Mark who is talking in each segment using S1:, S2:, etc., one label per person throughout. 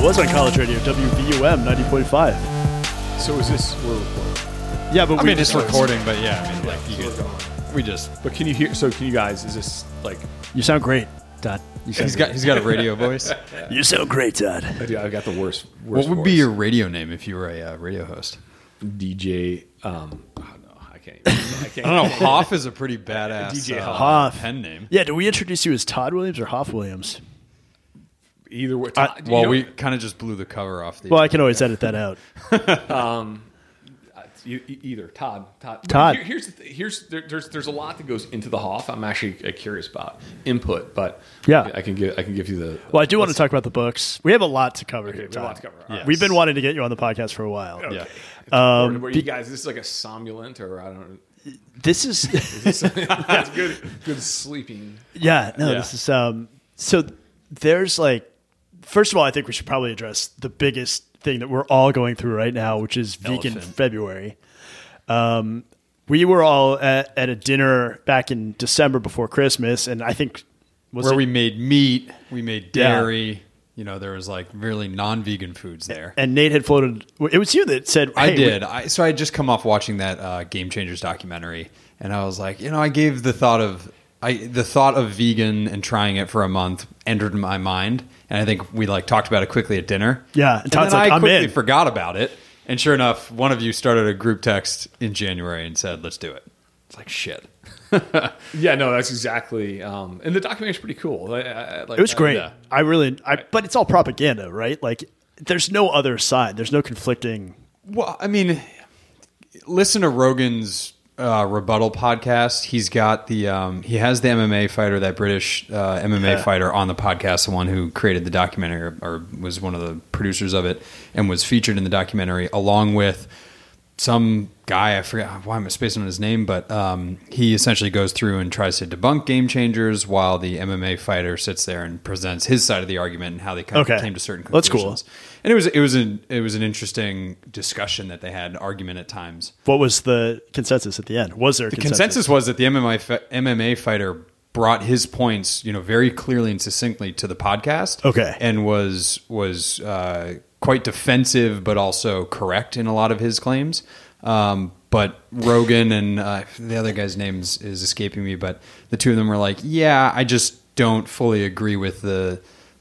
S1: was on college radio, WVUM 90.5.
S2: So is this? We're recording.
S1: Yeah, but
S3: I
S1: we
S3: mean, just recording, but yeah, I mean, like you could, we just
S2: But can you hear? So can you guys? Is this like?
S1: You sound great, Todd. You sound
S3: he's got he's got a radio voice.
S1: great. You sound great, Todd.
S2: I do- I got the worst.
S3: what
S2: worst
S3: would be
S2: voice.
S3: your radio name if you were a uh, radio host?
S2: DJ? Um, oh, no, I can't. Even, I can't.
S3: I don't know. Hoff is a pretty badass
S2: DJ
S3: uh,
S1: Hoff.
S3: pen name.
S1: Yeah, do we introduce you as Todd Williams or Hoff Williams?
S2: Either way.
S1: I-
S2: do you
S3: Well,
S2: know-
S3: we kind of just blew the cover off the.
S1: Well, I can always edit that out.
S2: You, e- either Todd, Todd,
S1: Todd.
S2: Here- here's the th- here's there, there's there's a lot that goes into the Hoff. I'm actually uh, curious about input, but
S1: Yeah.
S2: I can give I can give you the.
S1: Well, I do want to talk about the books. We have a lot to cover here,
S2: we have a lot
S1: Todd.
S2: to cover. All
S3: right.
S1: We've been
S3: Yes.
S1: wanting to get you on the podcast for a while.
S3: yeah.
S2: Or
S3: um,
S2: were you guys? This is like a somnolent, or I don't. know.
S1: This is
S2: That's good. Good sleeping.
S1: Yeah, no,
S3: Yeah.
S1: this is um so there's like first of all, I think we should probably address the biggest thing that we're all going through right now, which is vegan
S3: Elephant.
S1: February. Um we were all at, at a dinner back in December before Christmas and I think was
S3: where
S1: it-
S3: we made meat, we made
S1: Yeah.
S3: dairy. You know, there was like really non-vegan foods there.
S1: and Nate had floated it was you that said
S3: I
S1: "Hey, we-
S3: did. I so I had just come off watching that uh, Game Changers documentary, and I was like, you know, I gave the thought of I the thought of vegan and trying it for a month entered my mind, and I think we like talked about it quickly at dinner.
S1: Yeah, and
S3: and
S1: Todd's
S3: then
S1: like,
S3: I
S1: "I'm
S3: quickly
S1: in."
S3: forgot about it, and sure enough, one of you started a group text in January and said, "Let's do it." It's like shit.
S2: Yeah, no, that's exactly. Um, and the documentary's pretty cool. I, I, I like
S1: It was
S2: that.
S1: great.
S3: Oh, Yeah.
S1: I really I, but it's all propaganda, right? Like there's no other side. There's no conflicting
S3: Well, I mean, listen to Rogan's uh, rebuttal podcast. He's got the um, he has the MMA fighter, that British uh, MMA fighter, on the podcast. The one who created the documentary or, or was one of the producers of it and was featured in the documentary, along with some guy. I forget why I'm spacing on his name, but um, he essentially goes through and tries to debunk game changers, while the MMA fighter sits there and presents his side of the argument and how they kind
S1: Okay.
S3: of came to certain
S1: That's
S3: conclusions.
S1: cool.
S3: And it was it was an it was an interesting discussion that they had, an argument at times.
S1: what was the consensus at the end? Was there a
S3: The consensus was that the MMA fi- MMA fighter brought his points, you know, very clearly and succinctly to the podcast.
S1: Okay.
S3: and was was uh, quite defensive, but also correct in a lot of his claims. Um, but Rogan and uh, the other guy's names is escaping me, but the two of them were like, "Yeah, I just don't fully agree with the."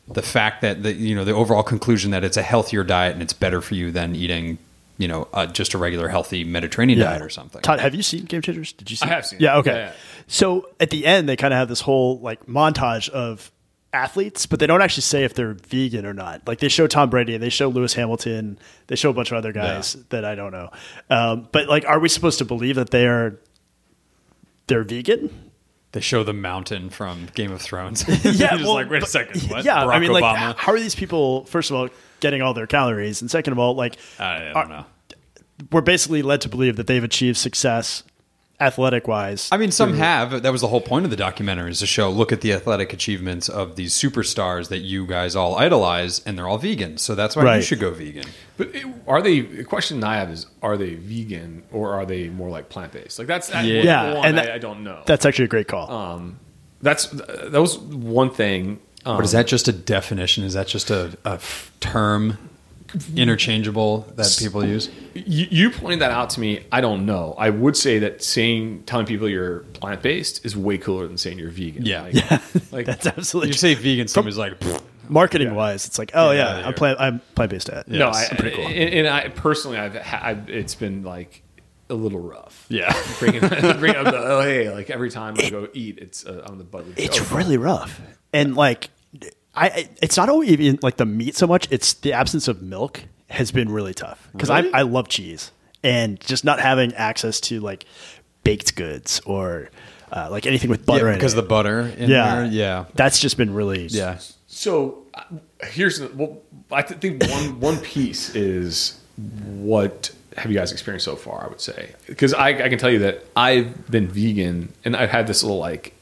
S3: The fact that the you know the overall conclusion that it's a healthier diet and it's better for you than eating you know uh, just a regular healthy Mediterranean diet or something.
S1: Todd, have you seen Game Changers? Did you? See
S2: I have seen it.
S1: Yeah. Okay.
S2: Yeah, yeah.
S1: So at the end, they kind of have this whole like montage of athletes, but they don't actually say if they're vegan or not. Like they show Tom Brady, they show Lewis Hamilton, they show a bunch of other guys that I don't know. Um, but like, are we supposed to believe that they are they're vegan?
S3: They show the mountain from Game of Thrones. You're just
S1: well,
S3: like wait a
S1: but-
S3: second. What?
S1: Yeah,
S3: Barack
S1: I mean,
S3: Obama.
S1: like, how are these people? First of all, getting all their calories, and second of all, like,
S3: I don't
S1: are-
S3: know.
S1: we're basically led to believe that they've achieved success athletic wise.
S3: I mean, some have. That was the whole point of the documentary is to show, look at the athletic achievements of these superstars that you guys all idolize, and they're all vegan. So that's why you
S1: Right.
S3: should go vegan.
S2: But it, are they? The question I have is: Are they vegan or are they more like plant based? Like that's that,
S3: Yeah.
S1: Yeah,
S2: One,
S1: and that-
S2: I, I don't know.
S1: That's actually a great call.
S3: Oh.
S2: that's that was one thing. Um,
S3: But is that just a definition? Is that just a, a f- term interchangeable that people use?
S2: you, you pointed that out to me. I don't know. I would say that saying telling people you're plant based is way cooler than saying you're vegan.
S3: Yeah.
S2: Like,
S3: Yeah.
S2: Like,
S1: That's absolutely
S3: You
S1: true.
S3: say vegan, somebody's like, "Pfft,
S1: marketing wise. It's like, oh
S3: Yeah,
S1: yeah,
S3: yeah,
S1: I'm
S3: you're-
S1: plant I'm plant based diet.
S2: no,
S3: Yes.
S2: I,
S3: Pretty cool.
S2: And, and I personally, I've, ha- I've it's been like a little rough.
S3: yeah.
S2: Bringing, bringing up the oh hey like every time I go eat it's uh, on the butt. of the
S1: It's
S2: joke.
S1: really rough, and like, I- I it's not only even like the meat so much. It's the absence of milk has been really tough because
S3: Really?
S1: I I love cheese and just not having access to like baked goods or uh, like anything with butter.
S3: yeah
S1: in
S3: because
S1: it.
S3: the butter in
S1: yeah
S3: there. Yeah.
S1: that's just been really
S3: Yeah.
S2: So uh, here's the- well, I th- think one one piece is what have you guys experienced so far? I would say because I, I can tell you that I've been vegan and I've had this little like,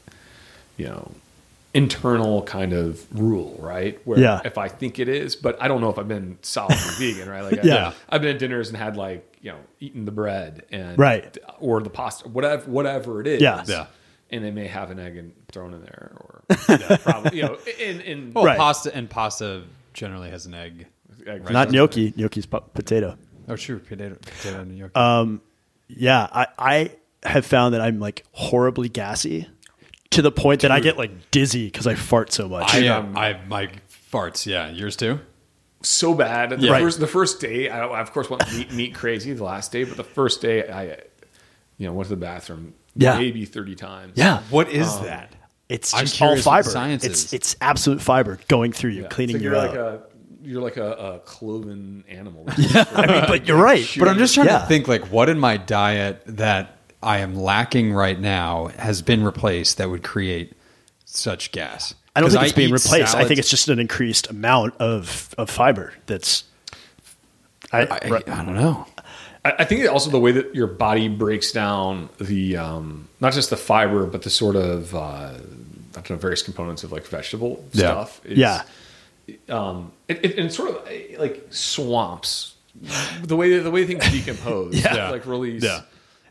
S2: you know, internal kind of rule, right? Where
S1: Yeah.
S2: if I think it is, but I don't know if I've been solidly vegan, right? Like, I,
S1: Yeah.
S2: I've been at dinners and had like you know eaten the bread and
S1: Right.
S2: or the pasta, whatever whatever it is,
S1: Yeah.
S3: Yeah.
S2: And they may have an egg and thrown in there, or probably you know, in in
S3: Well,
S1: Right.
S3: pasta and pasta generally has an egg
S2: egg.
S1: Not gnocchi. Gnocchi's po- potato.
S3: Oh, sure, potato, potato and gnocchi.
S1: Yeah, I, I have found that I'm like horribly gassy to the point that I get like dizzy because I fart so much.
S3: I, uh,
S2: I,
S3: yeah,
S2: um,
S3: I my farts. Yeah, yours too.
S2: so bad. The,
S1: Right.
S2: first, the first day, I, I of course went meat, meat crazy the last day, but the first day, I you know went to the bathroom
S1: Yeah.
S2: maybe thirty times.
S1: yeah,
S3: What is that?
S1: it's
S3: I'm
S1: just all
S3: curious what the
S1: fiber.
S3: science
S1: It's
S3: is.
S1: it's absolute fiber going through you,
S2: Yeah.
S1: cleaning
S2: It's like
S1: you
S2: you're
S1: out.
S2: like a you're like a, a cloven animal.
S1: I mean, but you're right.
S3: But I'm just trying
S1: Yeah.
S3: to think like what in my diet that I am lacking right now has been replaced that would create such gas.
S1: I don't
S3: 'Cause
S1: think it's being
S3: eat
S1: replaced. I think
S3: salads-
S1: it's just an increased amount of, of fiber that's. I, right.
S3: I, I don't know.
S2: I, I think also the way that your body breaks down the um, not just the fiber, but the sort of uh, I don't know various components of like vegetable
S3: Yeah.
S2: stuff. Is,
S1: Yeah.
S2: um, it, it, and it's sort of eh, like swamps. The way the way things decompose,
S1: Yeah.
S2: like release
S1: Yeah.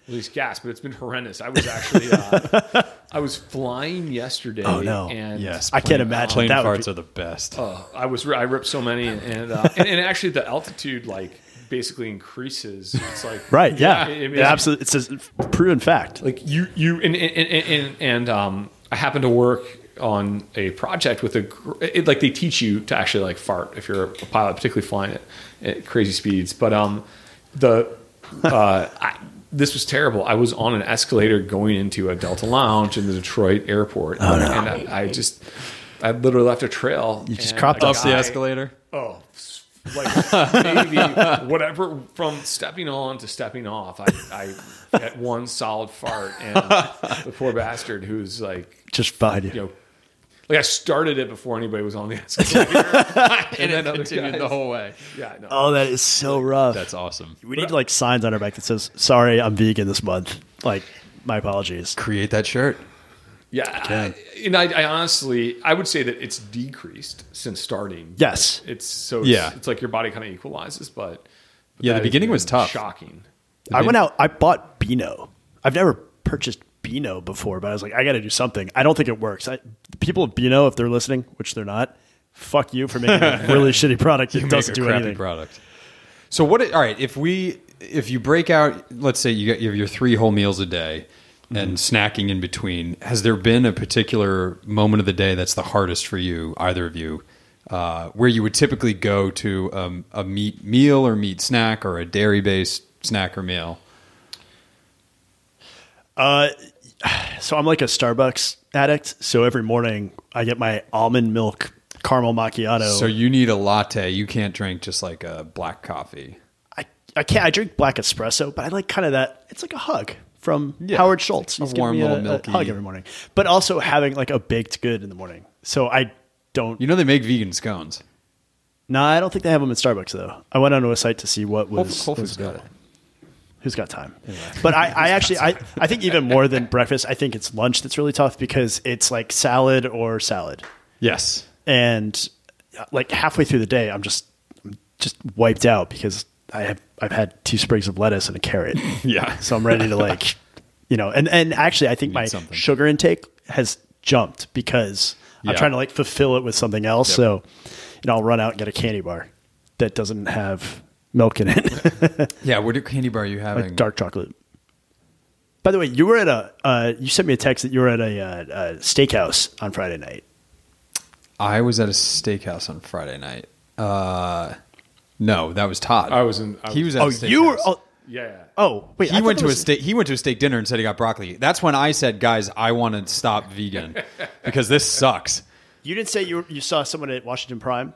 S2: release gas, but it's been horrendous. I was actually uh, I was flying yesterday.
S1: Oh, no.
S2: And
S3: Yes,
S1: I can't imagine.
S3: Plain
S1: That would
S3: farts
S1: be-
S3: are the best.
S2: Oh, I was I ripped so many, and uh, and, and actually the altitude like basically increases. It's like
S1: Right. Yeah.
S2: it- it
S1: It
S2: makes-
S1: absolutely. It's a proven fact.
S2: Like you you and and and, and, and um, I happen to work on a project with a gr- it, like they teach you to actually like fart if you're a pilot, particularly flying at, at crazy speeds. But um, the uh, I, this was terrible. I was on an escalator going into a Delta lounge in the Detroit airport, and I, I just. I literally left a trail. You
S1: just cropped
S3: Up the
S1: I-
S3: escalator.
S2: oh, s- like maybe whatever from stepping on to stepping off. I, I had one solid fart, and the poor bastard who's like,
S1: Just behind you.
S2: you know, like I started it before anybody was on the escalator, and, then other guys,
S3: way.
S2: Yeah, no.
S1: Oh, that is so rough.
S3: That's awesome.
S1: we need like signs on our back that says, "Sorry, I'm vegan this month." Like, my apologies.
S3: Create that shirt.
S2: yeah. I- and I, I honestly, I would say that it's decreased since starting.
S1: Yes.
S2: it's so it's,
S3: Yeah.
S2: it's like your body kind of equalizes, but, but
S3: Yeah, the
S2: that has
S3: beginning
S2: been
S3: was tough.
S2: shocking.
S1: I went out. I bought Beano. I've never purchased Beano before, but I was like, I got to do something. I don't think it works. I, the people of Beano, if they're listening, which they're not, fuck you for making a really shitty product that
S3: You
S1: doesn't
S3: make a
S1: do
S3: crappy
S1: anything.
S3: product. So what? i- All right, if we if you break out, let's say you got you have your three whole meals a day and snacking in between. Has there been a particular moment of the day that's the hardest for you, either of you, uh, where you would typically go to um, a meat meal or meat snack or a dairy based snack or meal?
S1: Uh, So I'm like a Starbucks addict. So every morning I get my almond milk caramel macchiato.
S3: So you need a latte. You can't drink just like a black coffee.
S1: I, I can't. I drink black espresso, but I like kind of that. It's like a hug from
S3: Yeah.
S1: Howard Schultz.
S3: A
S1: He's giving
S3: warm
S1: me a,
S3: little
S1: a
S3: milky-
S1: hug every morning, but also having like a baked good in the morning. So I don't.
S3: You know they make vegan scones.
S1: nah, I don't think they have them in Starbucks though. I went onto a site to see what was.
S3: Whole
S1: was
S3: Foods got it.
S1: Who's got time? But I, I actually, I, I think even more than breakfast, I think it's lunch that's really tough because it's like salad or salad,
S3: Yes.
S1: and uh, like halfway through the day, I'm just, I'm just wiped out because I have, I've had two sprigs of lettuce and a carrot.
S3: Yeah.
S1: so I'm ready to like, you know, and and actually, I think my
S3: something.
S1: sugar intake has jumped because
S3: Yeah.
S1: I'm trying to like fulfill it with something else.
S3: Yep.
S1: So, you know, I'll run out and get a candy bar that doesn't have milk in it,
S3: Yeah. What candy bar are you having?
S1: like dark chocolate. By the way, you were at a uh, you sent me a text that you were at a, uh, a steakhouse on Friday night.
S3: I was at a steakhouse on Friday night. Uh, no, that was Todd.
S2: I was in- I
S3: he was at.
S2: was-
S3: a
S1: oh, you were.
S3: steakhouse.
S1: Oh,
S2: Yeah.
S1: oh wait. I
S3: He
S1: thought
S3: went
S1: that
S3: to a
S1: was-
S3: steak. He went to a steak dinner and said he got broccoli. That's when I said, "Guys, I want to stop vegan because this sucks."
S1: You didn't say you were, you saw someone at Washington Prime.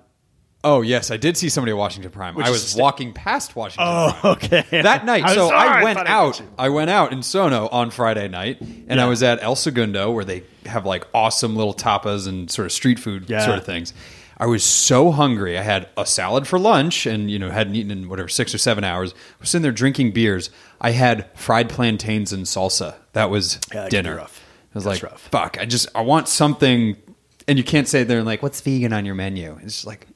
S3: Oh yes, I did see somebody at Washington Prime.
S1: Which
S3: I
S1: is
S3: was
S1: a sta-
S3: walking past Washington.
S1: Oh,
S3: Prime.
S1: okay.
S3: That night,
S1: I'm
S3: so
S1: sorry,
S3: I went
S1: thought got
S3: out.
S1: you.
S3: I went out in Sono on Friday night, and I
S1: Yeah.
S3: was at El Segundo where they have like awesome little tapas and sort of street food
S1: Yeah.
S3: sort of things. I was so hungry. I had a salad for lunch, and you know hadn't eaten in whatever six or seven hours. I was sitting there drinking beers. I had fried plantains and salsa. That was
S1: Yeah, that can be
S3: dinner.
S1: rough.
S3: I was
S1: That's
S3: like,
S1: rough.
S3: fuck. I just I want something, and you can't say there and like, what's vegan on your menu? It's just like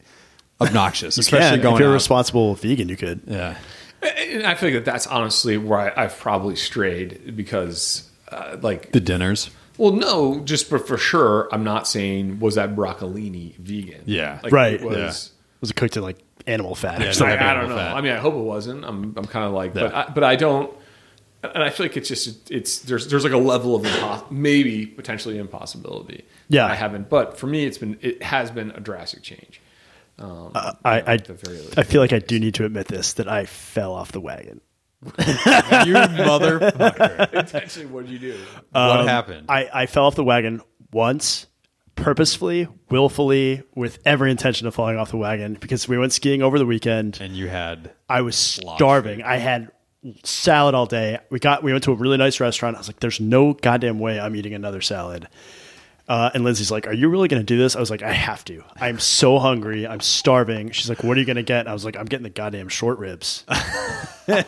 S3: obnoxious, especially
S1: Yeah,
S3: going
S1: if you're a
S3: out.
S1: responsible vegan, you could.
S3: yeah.
S2: And I feel like that that's honestly where I, I've probably strayed because, uh, like,
S3: The dinners.
S2: well, no, just for, for sure, I'm not saying was that broccolini vegan.
S3: Yeah.
S2: like,
S1: Right.
S2: It was
S1: was it cooked in like animal fat
S3: Yeah,
S1: or
S2: It's
S1: something?
S2: like, I
S3: animal
S2: don't know.
S3: fat.
S2: I mean, I hope it wasn't. I'm, I'm kind of like, but,
S1: Yeah.
S2: I, but I don't. And I feel like it's just it's there's there's like a level of impos- maybe potentially impossibility.
S1: Yeah.
S2: I haven't. But for me, it's been it has been a drastic change.
S1: I I,
S2: the very least.
S1: I feel like I do need to admit this that I fell off the wagon.
S3: you motherfucker.
S2: Actually, what do you do?
S3: what happened?
S1: I, I fell off the wagon once, purposefully, willfully, with every intention of falling off the wagon because we went skiing over the weekend.
S3: and you had
S1: I was starving. I had salad all day. We got we went to a really nice restaurant. I was like, "There's no goddamn way I'm eating another salad." Uh, and Lindsay's like, "Are you really going to do this?" I was like, "I have to. I'm so hungry. I'm starving." She's like, "What are you going to get?" And I was like, "I'm getting the goddamn short ribs,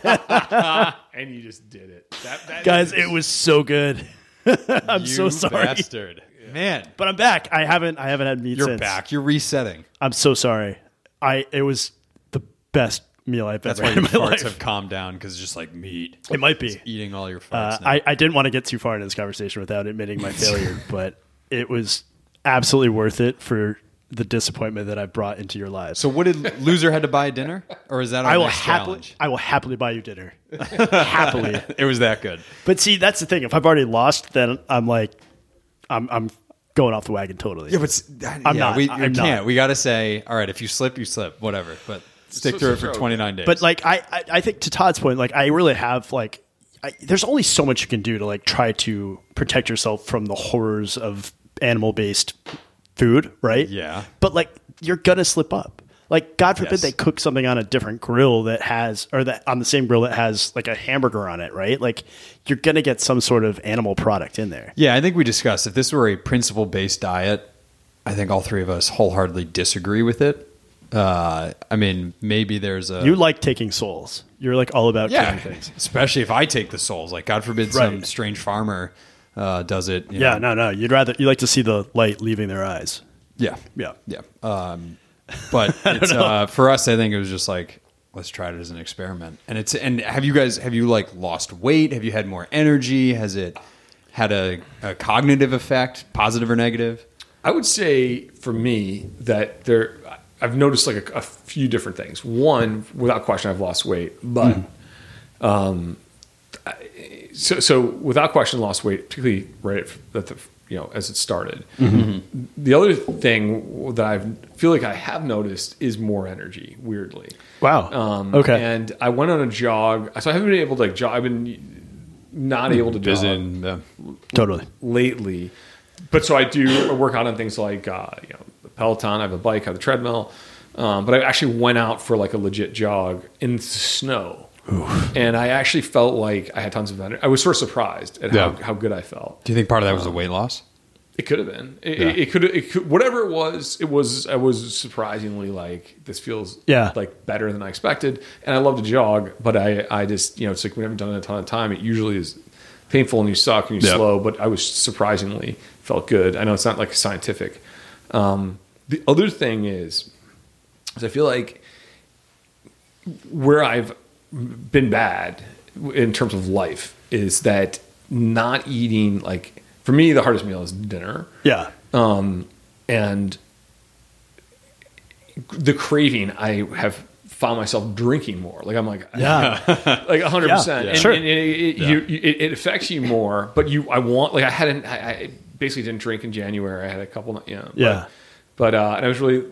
S2: And you just did it. That, that
S1: guys.
S2: is-
S1: It was so good." I'm so
S3: you
S1: sorry,
S3: bastard. Man,
S1: but I'm back. I haven't I haven't had meat
S3: you're
S1: since.
S3: back. You're resetting.
S1: I'm so sorry. I it was the best meal I've
S3: That's
S1: ever
S3: why
S1: had
S3: your
S1: in my
S3: farts
S1: life.
S3: have calmed down because just like meat,
S1: it might be.
S3: eating all your
S1: Uh,
S3: farts. now.
S1: I, I didn't want to get too far into this conversation without admitting my failure, but it was absolutely worth it for the disappointment that I brought into your lives.
S3: so what did loser had to buy dinner, or is that our
S1: I will
S3: next
S1: happily,
S3: challenge?
S1: I will happily buy you dinner, happily.
S3: It was that good.
S1: But see, that's the thing. If I've already lost, then I'm like, I'm, I'm going off the wagon totally.
S3: Yeah, but s- yeah,
S1: not-
S3: We,
S1: I'm
S3: we
S1: not.
S3: can't. We got to say, all right, if you slip, you slip, whatever. But stick
S2: So-
S3: through
S2: so
S3: it for
S2: true.
S3: 29 days.
S1: But like I, I, I think to Todd's point, like I really have like, I, there's only so much you can do to like try to protect yourself from the horrors of animal based food, right?
S3: Yeah.
S1: But like you're gonna slip up. Like God forbid
S3: Yes.
S1: they cook something on a different grill that has, or that on the same grill that has like a hamburger on it, right? Like you're gonna get some sort of animal product in there.
S3: yeah, I think we discussed if this were a principle based diet, I think all three of us wholeheartedly disagree with it. Uh, I mean, maybe there's a
S1: You like taking souls. You're like all about
S3: yeah,
S1: killing things.
S3: especially if I take the souls. Like God forbid, some
S1: Right.
S3: strange farmer uh, does it. you
S1: Yeah,
S3: know.
S1: no, no. You'd rather you like to see the light leaving their eyes.
S3: yeah,
S1: Yeah.
S3: yeah. Um, but it's, uh, for us, I think it was just like let's try it as an experiment. And it's and have you guys have you like lost weight? Have you had more energy? Has it had a, a cognitive effect, positive or negative?
S2: I would say for me that there, I've noticed like a, a few different things. One, without question, I've lost weight, but um,
S1: Mm-hmm.
S2: I, so so without question, lost weight, particularly right at the you know as it started.
S1: Mm-hmm.
S2: Mm-hmm. The other thing that I feel like I have noticed is more energy. Weirdly,
S1: Wow.
S2: um,
S1: okay.
S2: And I went on a jog, so I haven't been able to like jog. I've been
S1: Hmm.
S2: not able to jog
S3: Uh,
S1: totally.
S2: lately. But so I do I work out on things like uh, you know the Peloton. I have a bike, I have a treadmill. Um, but I actually went out for like a legit jog in the snow, and I actually felt like I had tons of energy. I was sort of surprised at
S3: Yeah.
S2: how, how good I felt.
S3: Do you think part of that was the weight loss?
S2: It could have been. It,
S3: Yeah.
S2: it, it could. It could. Whatever it was, it was. I was surprisingly like this feels
S1: Yeah.
S2: like better than I expected. And I love to jog, but I I just you know it's like we haven't done it in a ton of time. It usually is painful and you suck and you're
S3: Yeah.
S2: slow. But I was surprisingly felt good. I know it's not like scientific. Um, the other thing is, is I feel like where I've been bad in terms of life is that not eating like for me the hardest meal is dinner
S1: Yeah.
S2: um, and the craving I have found myself drinking more like I'm like
S1: Yeah.
S2: like 100 percent
S1: Yeah.
S2: and,
S1: Sure.
S2: and it, it, you, you- it, it affects you more but you I want like I hadn't I, I basically didn't drink in January I had a couple you know,
S1: Yeah.
S2: but, but uh, and I was really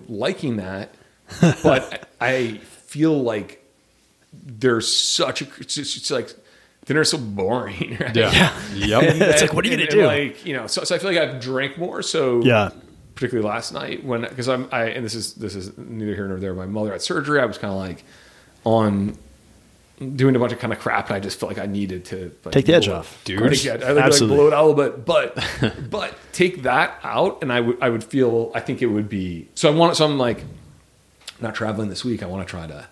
S2: liking that but I feel like there's such a it's, just- it's like dinner's so boring right?
S3: Yep.
S1: It's like,
S2: And-
S1: what are you
S2: and-
S1: gonna
S2: and, Like you know, so, so I feel like I've drank more. So
S1: Yeah.
S2: particularly last night when because I'm I and this is this is neither here nor there. My mother had surgery. I was kind of like on doing a bunch of kind of crap, and I just felt like I needed to like,
S1: Take the edge
S2: blow-
S1: off.
S3: Dude.
S2: Take the edge- I like, like
S1: Absolutely.
S2: blow it out a little bit, but but take that out, and I would I would feel I think it would be so. I want so I'm like not traveling this week. I want to try to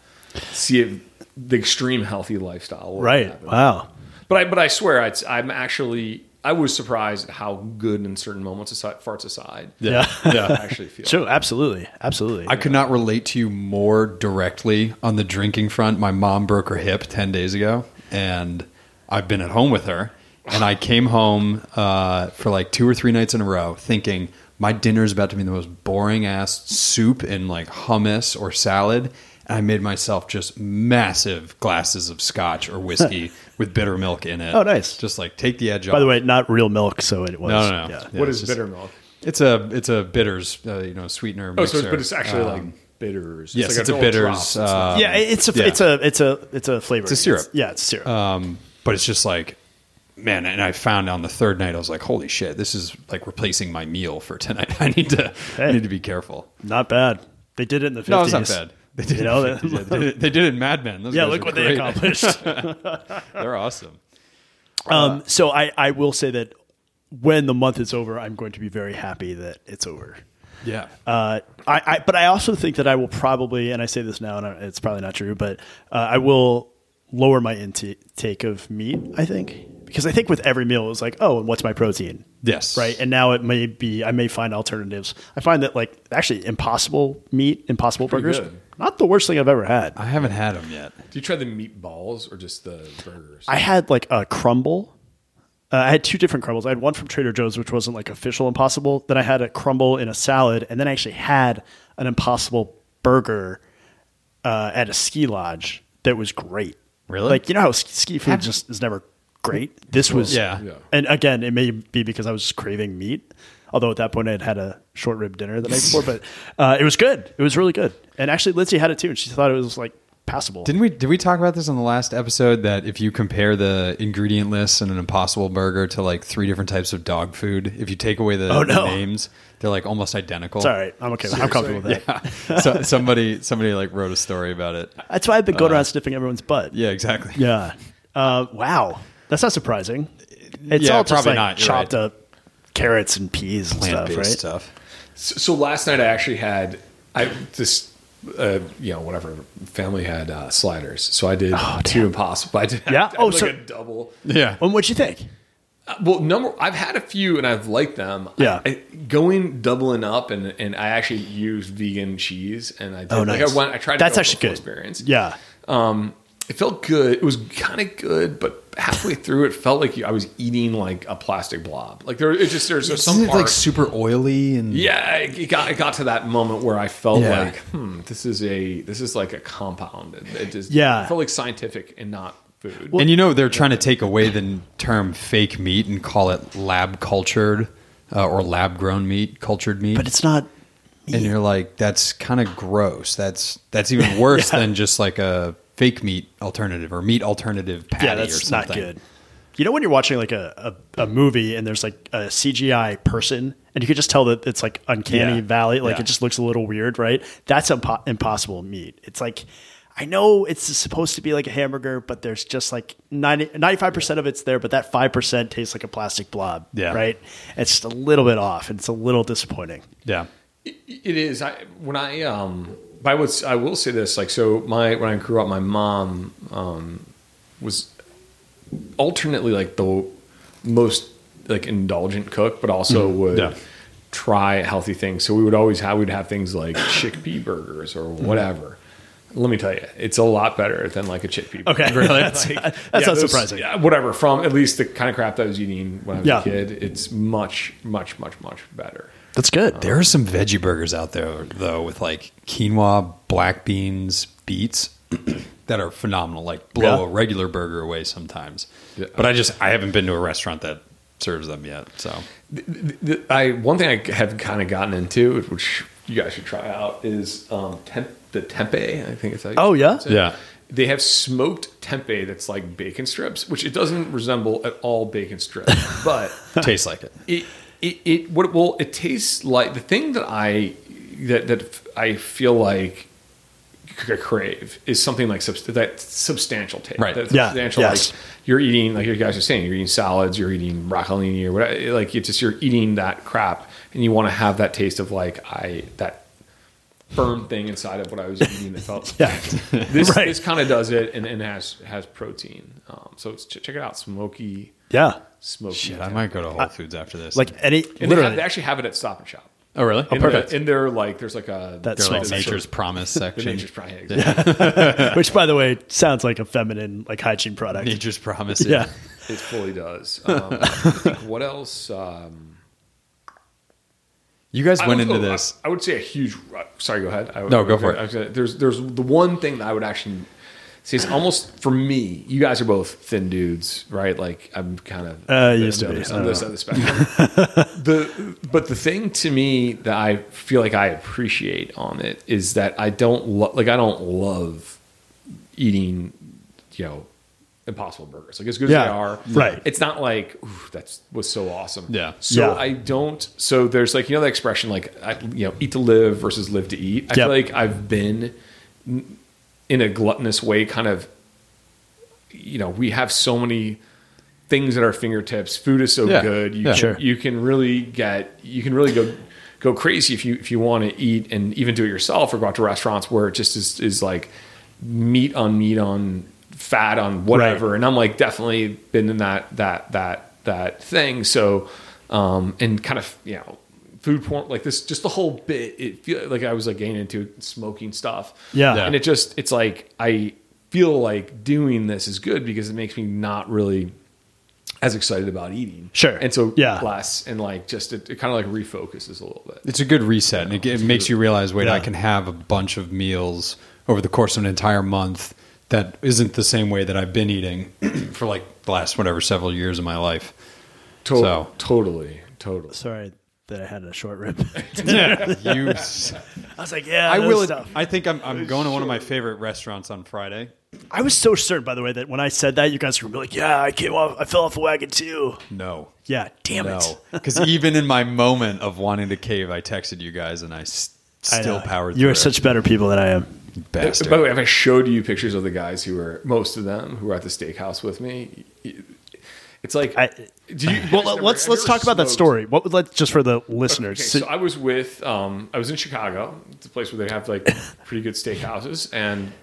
S2: see if the extreme healthy lifestyle will
S1: Right.
S2: happen.
S1: Wow.
S2: But I, but I swear, it's, I'm actually, I was surprised at how good in certain moments, aside, farts aside,
S1: Yeah.
S2: I actually feel.
S1: Sure. Absolutely. Absolutely.
S3: I could not relate to you more directly on the drinking front. My mom broke her hip 10 days ago, and I've been at home with her. And I came home uh, for like two or three nights in a row thinking, my dinner is about to be the most boring ass soup and like hummus or salad. And I made myself just massive glasses of scotch or whiskey with bitter milk in it.
S1: Oh, nice.
S3: Just like take the edge off.
S1: By the way, not real milk, so it was.
S3: No, no, no.
S1: Yeah.
S3: Yeah.
S2: what
S3: it's
S2: is
S3: just-
S2: bitter milk?
S3: It's a it's a bitters, uh, you know, sweetener.
S2: Oh,
S3: mixer.
S2: so it's, but it's actually
S3: Um,
S2: like bitters. uh,
S3: yes,
S2: like
S3: it's, a
S2: little
S3: bitters.
S2: drop. It's like-
S3: um,
S1: Yeah, it's a
S3: yeah.
S1: it's a it's a it's a flavor. It's
S3: a syrup.
S1: yeah, it's syrup.
S3: um, but it's just like man and i found on the third night i was like holy shit this is like replacing my meal for tonight i need to I
S1: Hey.
S3: need to be careful
S1: not bad. They did it in the 50s.
S3: no it's not bad they did,
S1: You know,
S3: it, in the 50s. Yeah, they, did it, they did it in mad men Those
S1: yeah,
S3: guys
S1: look
S3: are
S1: what they
S3: great.
S1: accomplished. Uh,
S3: they're awesome
S1: Um, so I, I will say that when the month is over, I'm going to be very happy that it's over.
S3: yeah
S1: Uh, I, I, but I also think that I will probably, and I say this now, and I- it's probably not true, but uh, I will lower my intake of meat. I think because I think with every meal it was like, oh, and what's my protein,
S3: yes
S1: right? And now it may be, I may find alternatives. I find that like actually impossible meat, impossible burgers,
S2: good.
S1: not the worst thing I've ever had.
S3: i haven't had them yet
S2: do you try the meatballs or just the burgers?
S1: I had like a crumble. Uh, I had two different crumbles. I had one from Trader Joe's, which wasn't like official impossible. Then I had a crumble in a salad, and then I actually had an impossible burger uh, at a ski lodge that was great.
S3: Really?
S1: Like you know how ski, ski food just is never great. This was
S3: Yeah.
S2: Yeah.
S1: And again, it may be because I was just craving meat. Although at that point I had had a short rib dinner the night before, but uh, it was good. It was really good. And actually, Lindsay had it too, and she thought it was like passable.
S3: didn't we did we talk about this on the last episode that if you compare the ingredient lists in an impossible burger to like three different types of dog food if you take away the,
S1: Oh,
S3: the
S1: no.
S3: names they're like almost identical
S1: it's all right. I'm okay. I'm comfortable with that.
S3: so somebody somebody like wrote a story about it
S1: That's why I've been going around sniffing everyone's butt.
S3: Uh, yeah exactly
S1: Yeah. Uh, wow. That's not surprising. It's
S3: Yeah,
S1: all just
S3: probably
S1: like
S3: not. You're
S1: chopped
S3: right.
S1: up carrots and peas and stuff, right?
S3: stuff.
S2: So, so last night I actually had I this uh, you know whatever family had uh, sliders, so I did two impossible. I did
S1: Yeah?
S2: I did
S1: Oh,
S2: like
S1: so-
S2: a double.
S3: Yeah.
S1: And what'd you think?
S2: Uh, well, number I've had a few and I've liked them.
S1: Yeah.
S2: I, I- going doubling up and and I actually used vegan cheese and I did,
S1: Oh,
S2: like
S1: nice.
S2: I went I tried
S1: That's
S2: go for
S1: actually
S2: full
S1: good.
S2: experience.
S1: Yeah.
S2: It felt good. It was kind of good, but halfway through it felt like you, I was eating like a plastic blob. Like there, it just there's, there's some
S3: Isn't it
S2: part.
S3: like super oily and
S2: yeah, it got it got to that moment where I felt
S3: Yeah.
S2: like, hmm, this is a this is like a compound. It, it just
S1: Yeah.
S2: it felt like scientific and not food.
S3: and you know they're trying to take away the term fake meat and call it lab cultured uh, or lab grown meat, cultured meat.
S1: But it's not.
S3: and you're like that's kind of gross. That's that's even worse
S1: Yeah.
S3: than just like a fake meat alternative or meat alternative patty
S1: Yeah,
S3: or
S1: that's not
S3: something.
S1: good. You know when you're watching like a, a, a movie and there's like a CGI person and you can just tell that it's like uncanny
S3: Yeah.
S1: valley, like
S3: Yeah.
S1: it just looks a little weird, right? That's impo- impossible meat. It's like I know it's supposed to be like a hamburger, but there's just like 90, 95% of it's there, but that 5% tastes like a plastic blob,
S3: Yeah.
S1: right? It's just a little bit off and it's a little disappointing.
S3: Yeah.
S2: It- it is. I when I um, but I would I will say this like so my when I grew up, my mom um was alternately like the most like indulgent cook, but also
S1: Mm-hmm.
S2: would
S3: yeah.
S2: try healthy things. So we would always have we'd have things like chickpea burgers or
S1: Mm-hmm.
S2: whatever. Let me tell you, it's a lot better than like a chickpea. burger.
S1: Okay. Really? That's- that's not surprising.
S2: yeah, whatever. From at least the kind of crap that I was eating when I was
S1: Yeah.
S2: a kid, it's much, much, much, much better.
S1: That's good.
S3: There are some veggie burgers out there though with like quinoa, black beans, beets that are phenomenal. Like blow
S1: Yeah.
S3: a regular burger away sometimes.
S2: Yeah.
S3: But I just I haven't been to a restaurant that serves them yet. So
S2: th- th- I one thing I have kind of gotten into, which you guys should try out, is um, temp, the tempeh. I think it's how you
S1: Oh, yeah?
S2: pronounce it. They have smoked tempeh that's like bacon strips, which it doesn't resemble at all bacon strips, but
S3: tastes like it.
S2: it it, it what well it tastes like the thing that I that that I feel like c- crave is something like subst- that substantial taste
S3: Right.
S2: that
S1: Yeah.
S2: substantial
S1: Yes.
S2: like you're eating like you guys are saying you're eating salads you're eating broccolini or whatever like it's just you're eating that crap and you want to have that taste of like I that firm thing inside of what I was eating that felt
S1: Yeah.
S2: this
S1: Right.
S2: this kind of does it and, and has has protein um, so it's, ch- check it out smoky
S1: Yeah.
S2: smoky
S3: Shit, I might go to Whole Foods after this.
S1: Like any
S2: and they, have-
S1: literally
S2: they actually have it at Stop and Shop.
S3: oh really?
S2: In
S1: perfect.
S2: The, in their like, there's like a
S3: They're
S1: That
S2: there's
S3: like
S1: smells
S2: a-
S3: nature's promise
S2: the
S3: section.
S2: nature's probably exactly.
S1: which by the way sounds like a feminine like hygiene product.
S3: Nature's promise.
S1: Yeah.
S2: It uh, fully does. Um, I think what else? Um,
S3: You guys
S2: I
S3: went
S2: would-
S3: into
S2: oh,
S3: this.
S2: I, I would say a huge. uh, Sorry, go ahead. I,
S3: No, go for it.
S2: I was gonna- there's there's the one thing that I would actually see. It's almost for me. You guys are both thin dudes, right? Like I'm kind of
S1: Uh, used to
S2: on
S1: be.
S2: this-
S1: I
S2: on
S1: don't
S2: this side of the spectrum. the but the thing to me that I feel like I appreciate on it is that I don't lo- like I don't love eating, you know. Impossible burgers, like as good
S1: Yeah,
S2: as they are,
S1: right.
S2: It's not like "Ooh, that was so awesome,
S3: Yeah.
S1: Yeah.
S2: So I don't. So there's like you know the expression like I, you know eat to live versus live to eat. I feel
S1: Yep.
S2: like I've been n- in a gluttonous way, kind of. You know, we have so many things at our fingertips. Food is so
S3: Yeah.
S2: good. You
S3: Yeah.
S2: can,
S1: Sure.
S2: you can really get you can really go go crazy if you if you want to eat and even do it yourself or go out to restaurants where it just is is like meat on meat on fat on whatever. And I'm like definitely been in that that that that thing. So um and kind of you know food porn like this just the whole bit it feel like I was like getting into smoking stuff.
S1: Yeah. Yeah.
S2: And it just it's like I feel like doing this is good because it makes me not really as excited about eating.
S1: Sure.
S2: And so
S1: Yeah.
S2: less and like just it, it kind of like refocuses a little bit.
S3: It's a good reset, and it, it makes you realize, wait,
S1: Yeah.
S3: I can have a bunch of meals over the course of an entire month that isn't the same way that I've been eating for like the last whatever several years of my life.
S2: To-
S3: So-
S2: Totally. Totally.
S1: Sorry that I had a short rib.
S3: Yeah, you.
S1: I was like, yeah,
S3: I
S1: those
S3: will.
S1: Stuff.
S3: I think I'm, I'm going to one of my favorite restaurants on Friday.
S1: I was so certain, by the way, that when I said that, you guys were gonna be like, yeah, I came off, I fell off the wagon too.
S3: No,
S1: Yeah, damn
S3: no,
S1: it.
S3: because even in my moment of wanting to cave, I texted you guys, and I s-
S1: I
S3: still
S1: know.
S3: powered.
S1: You
S3: through
S1: are
S3: it.
S1: such better people than I am.
S3: bastard.
S2: By the way, if I showed you pictures of the guys who were most of them who were at the steakhouse with me, it's like
S1: I-
S2: do you,
S1: Well, let's let's talk about that
S2: story.
S1: story. What let's just for the listeners.
S2: Okay, so, I was with, um, I was in Chicago. It's a place where they have like pretty good steakhouses, and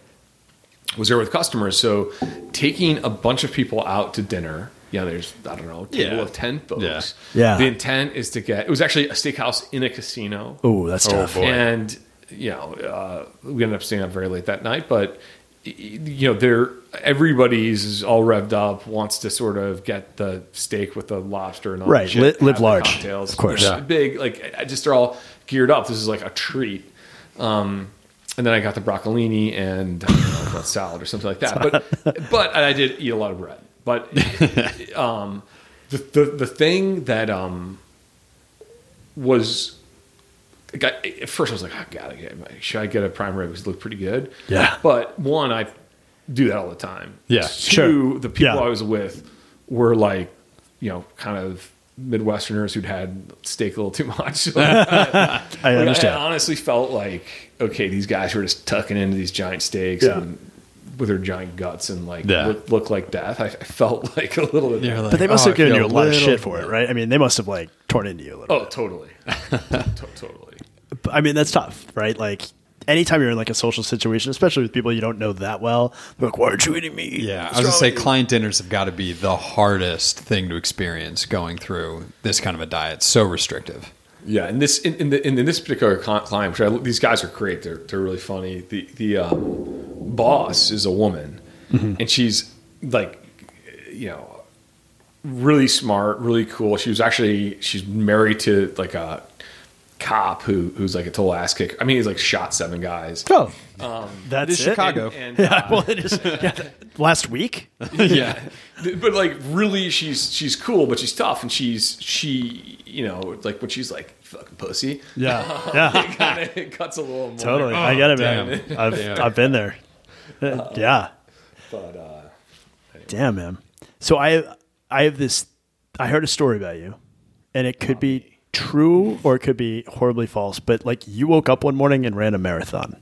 S2: was there with customers. So taking a bunch of people out to dinner. Yeah, there's I don't know, a table
S3: Yeah.
S2: of ten folks.
S3: Yeah.
S1: Yeah.
S2: The intent is to get. It was actually a steakhouse in a casino.
S1: oh, that's tough.
S3: boy.
S2: And you know, uh, we ended up staying up very late that night, but y- you know, they're everybody's is all revved up, wants to sort of get the steak with the lobster and all
S1: Right,
S2: That shit,
S1: li-
S2: have
S1: live
S2: the
S1: large,
S2: cocktails,
S1: of course.
S2: They're
S1: Yeah.
S2: big, like I- I just they're all geared up. This is like a treat. Um, and then I got the broccolini and I don't know, about salad or something like that. But but I did eat a lot of bread. But um, the, the the thing that um was I got- at first I was like, oh, God, I get- should I get a prime rib? Because it looked pretty good.
S1: Yeah.
S2: But one, I do that all the time.
S3: Yeah,
S2: Two,
S1: sure.
S2: the people
S1: Yeah.
S2: I was with were like, you know, kind of Midwesterners who'd had steak a little too much. So, like,
S1: I understand.
S2: I honestly felt like, okay, these guys were just tucking into these giant steaks
S1: Yeah.
S2: and with their giant guts and like
S3: Yeah.
S2: look, look like death. I, I felt like a little bit.
S3: You're like,
S1: but they must
S3: "Oh,
S1: have
S3: I
S1: given you
S3: feel
S1: a lot of
S3: little
S1: shit for
S3: bit."
S1: it, right? I mean, they must have like torn into you a little.
S2: oh, totally. To- totally.
S1: But, I mean, that's tough, right? Like anytime you're in like a social situation, especially with people you don't know that well, they're like, "Why aren't you eating me?"
S3: Yeah,
S1: What's
S3: I was gonna
S1: wrong
S3: say
S1: with you?"
S3: client dinners have got to be the hardest thing to experience going through this kind of a diet. So restrictive.
S2: Yeah, and this in, in, the, in, in this particular con- client, which I, these guys are great. They're they're really funny. The the um, boss is a woman, and she's like, you know, really smart, really cool. She was actually she's married to like a cop who who's like a total ass kicker. I mean, he's like shot seven guys.
S3: Oh,
S1: that's
S3: is
S1: it?
S3: Chicago.
S2: And, uh,
S1: Yeah, well, it is. Yeah, last week,
S3: yeah.
S2: Th- but like really she's she's cool but she's tough and she's she you know like when she's like fucking pussy
S1: yeah, yeah.
S2: it kind of cuts a little more
S1: Totally, I get it, man.
S3: damn.
S1: I've
S3: Yeah.
S1: I've been there. Uh, yeah,
S2: but uh
S1: damn, man. So I I have this. I heard a story about you, and it could be true or it could be horribly false. But like, you woke up one morning and ran a marathon.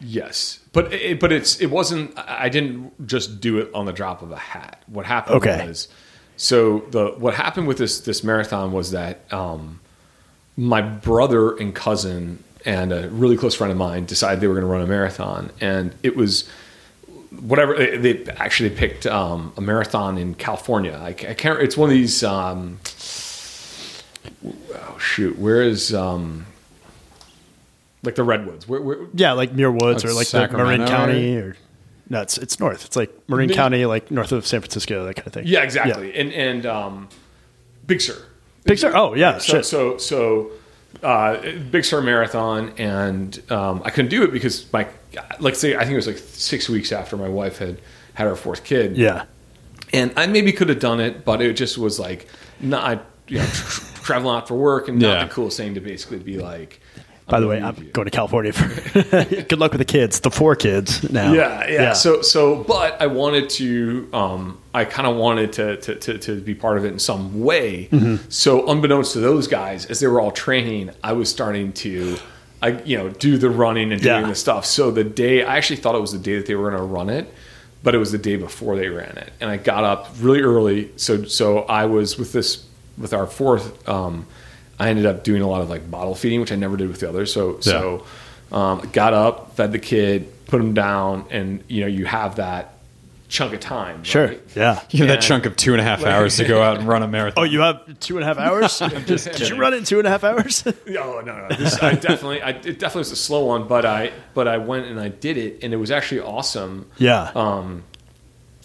S2: Yes, but it, but it's it wasn't. I I didn't just do it on the drop of a hat. What happened
S1: Okay.
S2: was, so the what happened with this this marathon was that um, my brother and cousin and a really close friend of mine decided they were going to run a marathon, and it was whatever they, they actually picked um, a marathon in California. I, ca- I can't. It's one of these. Um, oh shoot, where is um, like the redwoods? Where, where
S1: Yeah, like Muir Woods or
S3: Like
S1: like the
S3: Sacramento
S1: Marin County or no, it's it's north. It's like Marin
S2: Mid-
S1: County, like north of San Francisco, that kind of thing.
S2: Yeah, exactly. And and um, Big Sur.
S1: Big Sur. Oh, yeah,
S2: So
S1: shit.
S2: so so uh, Big Sur Marathon, and um, I couldn't do it because my, like, say, I think it was like six weeks after my wife had had our fourth kid.
S1: Yeah.
S2: and I maybe could have done it, but it just was like not, you know, tra- traveling out for work and
S3: Yeah.
S2: not the coolest thing to basically be like.
S1: By the
S2: I'm
S1: way,
S2: gonna
S1: I'm
S2: leave you.
S1: going to California for good luck with the kids, the four kids now.
S2: Yeah, yeah. So, so, but I wanted to, um, I kind of wanted to, to, to, to be part of it in some way.
S1: Mm-hmm.
S2: So, unbeknownst to those guys, as they were all training, I was starting to, I, you know, do the running and doing
S1: Yeah.
S2: the stuff. So the day, I actually thought it was the day that they were going to run it, but it was the day before they ran it. And I got up really early. So, so I was with this, with our fourth, um, I ended up doing a lot of like bottle feeding, which I never did with the others. So, so, um, got up, fed the kid, put him down, and you know you have that chunk of time.
S1: sure.
S2: right?
S1: Yeah.
S3: You have that chunk of two and a half hours to go out and run a marathon.
S1: Oh, you have two and a half hours? Did you run it in two and a half hours?
S2: Oh no, no, this, I definitely, I, it definitely was a slow one, but I, but I went and I did it, and it was actually awesome.
S1: yeah.
S2: Uh,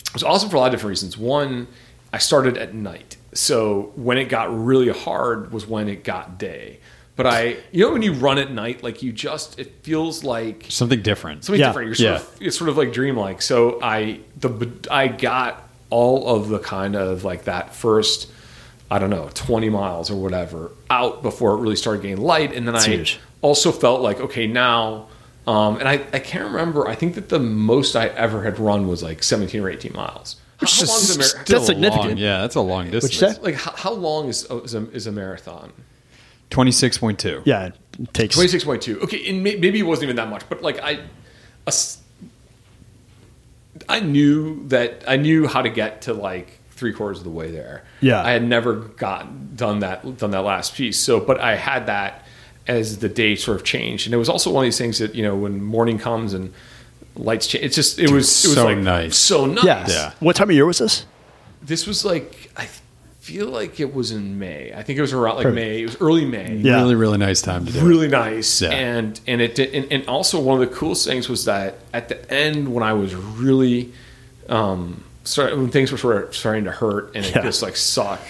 S2: It was awesome for a lot of different reasons. One, I started at night, so when it got really hard was when it got day. But I, you know, when you run at night, like you just, it feels like
S3: Something different.
S2: something
S1: Yeah.
S2: different. You're sort
S3: Yeah.
S2: of, it's sort of like dreamlike. So I the I got all of the kind of like that first I don't know 20 miles or whatever out before it really started getting light, and then I
S1: huge.
S2: also felt like okay now. Um, and I, I can't remember. I think that the most I ever had run was like 17 or 18 miles. How, how
S3: It's
S2: long is a mar-
S3: still
S1: That's significant.
S3: long. Yeah, that's a long distance.
S1: you say?
S2: like how, how long is is a, is a marathon?
S3: 26.2.
S1: yeah. It takes.
S2: Twenty six point two. Okay, and may, maybe it wasn't even that much, but like I, a s- I knew that I knew how to get to like three quarters of the way there.
S1: Yeah.
S2: I had never gotten done that done that last piece. So, but I had that as the day sort of changed, and it was also one of these things that you know when morning comes and lights change, it's just it was it was
S3: so
S2: like
S3: nice.
S2: so nice.
S1: Yeah.
S3: Yeah.
S1: What time of year was this?
S2: This was like I feel like it was in May. I think it was around like
S1: Perfect.
S2: May. It was early May
S1: Yeah.
S3: Really, really nice time to do it.
S2: really nice
S3: Yeah.
S2: and and it did, and, and also one of the coolest things was that at the end when i was really um sorry when things were sort of starting to hurt and it
S1: Yeah.
S2: just like sucked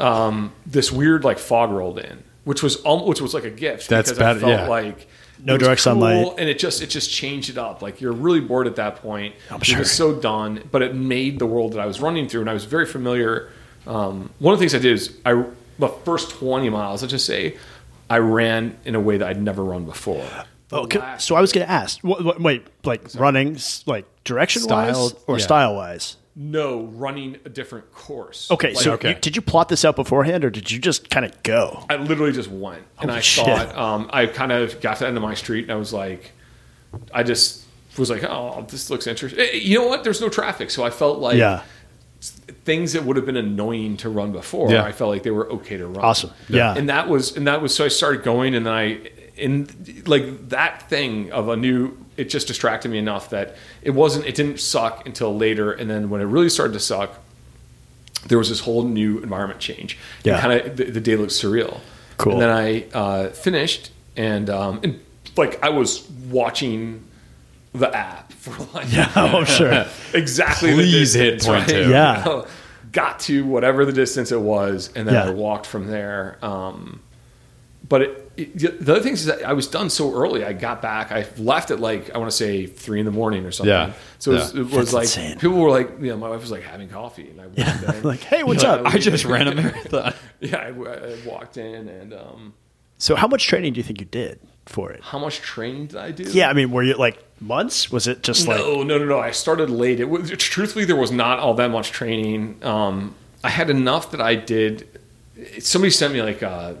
S2: um this weird like fog rolled in which was al- which was like a gift
S3: That's
S2: because i
S3: bad-
S2: felt
S3: yeah.
S2: like
S1: No
S2: it was
S1: direct sunlight.
S2: and it just it just changed it up like you're really bored at that point
S1: I'm
S2: you're
S1: sure.
S2: just so done but it made the world that i was running through and i was very familiar um, one of the things i did is i the first 20 miles let's just say i ran in a way that i'd never run before The
S1: Oh, c-
S2: last-
S1: so I was going to ask. What, what, wait, like running, s- like direction wise
S3: Style,
S1: or
S3: yeah.
S1: style wise?
S2: no running a different course
S1: Okay,
S2: Like,
S1: so
S3: okay.
S1: You, did you plot this out beforehand, or did you just kind of go?
S2: I literally just went, and
S1: Holy
S2: I
S1: shit.
S2: thought um, I kind of got to the end of my street, and I was like, I just was like, oh, this looks interesting. Eh, You know what? There's no traffic, so I felt like
S1: Yeah.
S2: things that would have been annoying to run before,
S3: Yeah.
S2: I felt like they were okay to run.
S1: Awesome. Yeah.
S2: and that was and that was so I started going, and then I and like that thing of a new. It just distracted me enough that it wasn't. It didn't suck until later, and then when it really started to suck, there was this whole new environment change.
S1: Yeah.
S2: kind of the, the day looked surreal.
S1: Cool.
S2: And then I uh, finished, and um, and like I was watching the app for like
S1: Yeah, I'm Oh, sure.
S2: exactly. the
S3: Please hit
S2: distance,
S3: point
S2: right?
S3: two.
S1: Yeah.
S2: You know, got to whatever the distance it was, and then
S1: Yeah.
S2: I walked from there. Um, but it, it, the other thing is that I was done so early. I got back. I left at like I want to say three in the morning or something.
S3: Yeah.
S2: So it was,
S3: Yeah.
S2: it was
S1: That's
S2: like
S1: insane.
S2: people were like, you know, my wife was like having coffee, and I walked
S1: Yeah.
S2: in.
S1: like, hey, what's
S2: Yeah.
S1: up?
S3: I just ran a marathon.
S2: Yeah, I, w- I walked in, and um,
S1: So, how much training do you think you did for it?
S2: how much training did I do?
S1: Yeah, I mean, were you like months? Was it just like
S2: no, no, no, no. I started late. It was, truthfully, there was not all that much training. Um, I had enough that I did. Somebody sent me like a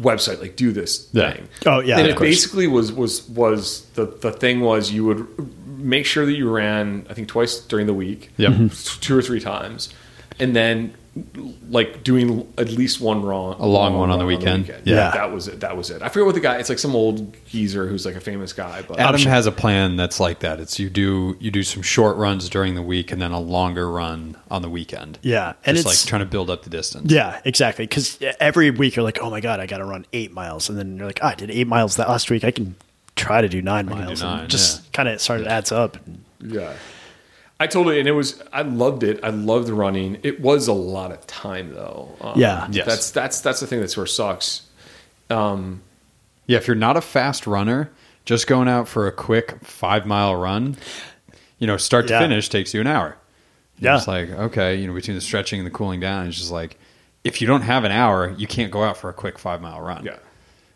S2: website, like do this
S3: Yeah.
S2: thing.
S1: Oh, yeah,
S2: and
S1: of
S2: it
S1: course.
S2: basically was was was the the thing was you would make sure that you ran I think twice during the week,
S3: Yep.
S1: Mm-hmm.
S2: two or three times, and then like doing at least one wrong
S3: A long one on the
S2: run
S3: weekend.
S2: Yeah.
S1: Yeah.
S2: that was it. That was it. I forget what the guy. It's like some old geezer who's like a famous guy, but
S3: Adam has a plan that's like that. It's you do you do some short runs during the week and then a longer run on the weekend.
S1: Yeah, and
S3: just
S1: it's-
S3: like trying to build up the distance.
S1: yeah, exactly? Because every week you're like, oh my god, I got to run eight miles, and then you're like, "Ah, I did eight miles that last week. I can try to do nine
S3: do
S1: miles.
S3: nine,
S1: and just kind of started adds up.
S2: Yeah. I totally, and it was. I loved it. I loved running. It was a lot of time, though. Um,
S1: Yeah.
S3: Yes.
S2: That's that's that's the thing that sort of sucks. Um,
S3: Yeah, if you're not a fast runner, just going out for a quick five mile run, you know, start to
S1: Yeah.
S3: finish takes you an hour. You're
S1: Yeah.
S3: It's like, okay, you know, between the stretching and the cooling down, it's just like, if you don't have an hour, you can't go out for a quick five mile run.
S2: yeah.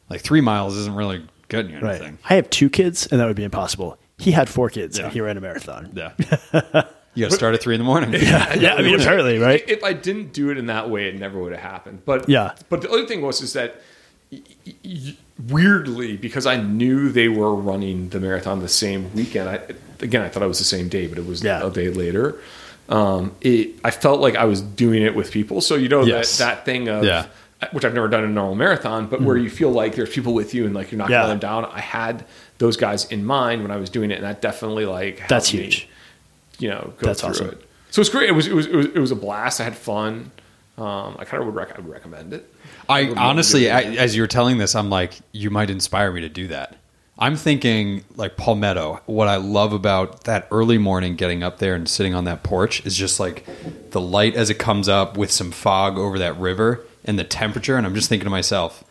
S3: Like three miles isn't really getting you
S1: Right.
S3: anything.
S1: I have two kids, and that would be impossible. He had four kids,
S3: Yeah.
S1: and he ran a marathon.
S3: Yeah. you got to start at three in the morning.
S1: yeah, I mean, apparently, right?
S2: If I didn't do it in that way, it never would have happened. But
S1: Yeah.
S2: But the other thing was is that y- y- y- weirdly, because I knew they were running the marathon the same weekend. I again, I thought it was the same day, but it was
S1: Yeah.
S2: a day later. Um, it I felt like I was doing it with people. So you know
S3: Yes.
S2: that that thing of
S3: Yeah.
S2: which I've never done in a normal marathon, but where you feel like there's people with you and like you're not
S1: Mm. Yeah.
S2: going them down. I had those guys in mind when I was doing it, and that definitely like helped
S1: That's
S2: me,
S1: huge.
S2: you know, go
S1: That's
S2: through
S1: awesome.
S2: it. So it's great. It was it was it was, it was a blast. I had fun. Um, I kind of would rec- I would recommend it.
S3: I
S2: would love
S3: honestly,
S2: to do
S3: I,
S2: it.
S3: as you were telling this, I'm like, you might inspire me to do that. I'm thinking like Palmetto. What I love about that early morning getting up there and sitting on that porch is just like the light as it comes up with some fog over that river and the temperature. And I'm just thinking to myself,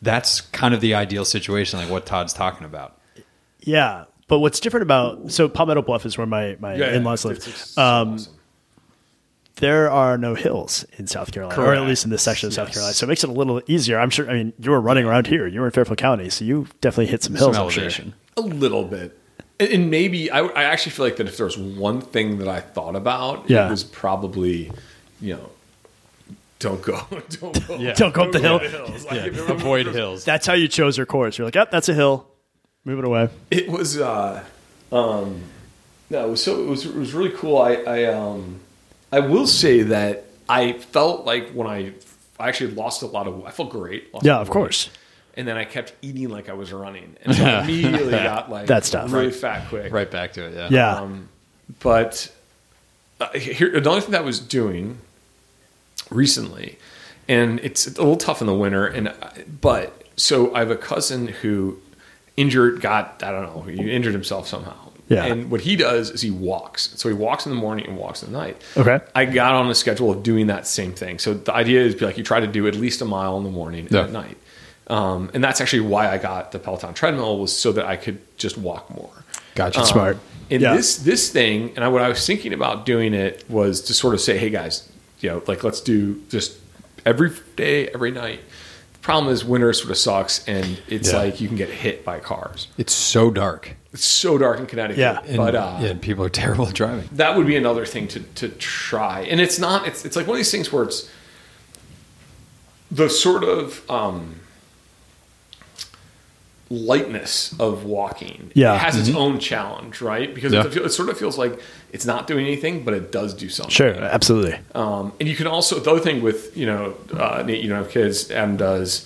S3: that's kind of the ideal situation, like what Todd's talking about.
S1: Yeah. But what's different about so Palmetto Bluff is where my, my
S2: Yeah, yeah,
S1: in laws
S2: it's-
S1: live.
S2: it's
S1: um,
S2: awesome.
S1: There are no hills in South Carolina, or at
S3: Correct.
S1: least in this section of South
S3: Yes.
S1: Carolina. So it makes it a little easier. I'm sure. I mean, you were running around here. You were in Fairfield County, so you definitely hit some
S3: Some
S1: hills. I'm sure.
S3: elevation.
S2: a little bit, and, and maybe I, I actually feel like that if there was one thing that I thought about,
S1: Yeah.
S2: it was probably you know. Don't go. Don't go.
S3: Yeah.
S1: Don't go up the hill.
S2: hills. Like, if there were-
S3: Avoid hills.
S1: That's how you chose your course. You're like, oh, that's a hill. Move it away.
S2: it was uh um no it was so it was it was really cool i i um i will say that i felt like when i i actually lost a lot of i felt great lost
S1: Yeah,
S2: a lot
S1: of
S2: weight.
S1: course.
S2: and then i kept eating like i was running and so i immediately got like
S1: That's tough.
S2: really
S1: Right.
S2: fat quick
S3: Right back to it. Yeah.
S1: Yeah.
S2: um, but uh, here, the only thing that I was doing recently, and it's a little tough in the winter, and I- but so I have a cousin who injured, got I don't know, he injured himself somehow.
S1: Yeah.
S2: And what he does is he walks. So he walks in the morning and walks in the night.
S1: Okay.
S2: I got on a schedule of doing that same thing. So the idea is be like you try to do at least a mile in the morning and
S3: Yeah.
S2: at night. Um, and that's actually why I got the Peloton treadmill was so that I could just walk more.
S3: Gotcha.
S2: Um,
S1: Smart.
S2: And
S1: Yeah.
S2: this this thing, and I, what I was thinking about doing it was to sort of say, hey guys, you know, like let's do just every day, every night. The problem is winter sort of sucks, and it's
S3: Yeah.
S2: like you can get hit by cars.
S3: It's so dark.
S2: It's so dark in Connecticut.
S1: Yeah.
S3: And,
S2: but uh,
S3: yeah, and people are terrible at driving.
S2: that would be another thing to to try. And it's not. It's it's like one of these things where it's the sort of um, lightness of walking.
S1: Yeah.
S2: it has its own challenge, right? Because
S3: Yeah.
S2: it, it sort of feels like it's not doing anything, but it does do something.
S1: Sure. Absolutely.
S2: Um, and you can also the other thing with you know uh, Nate, you don't have kids. Adam does.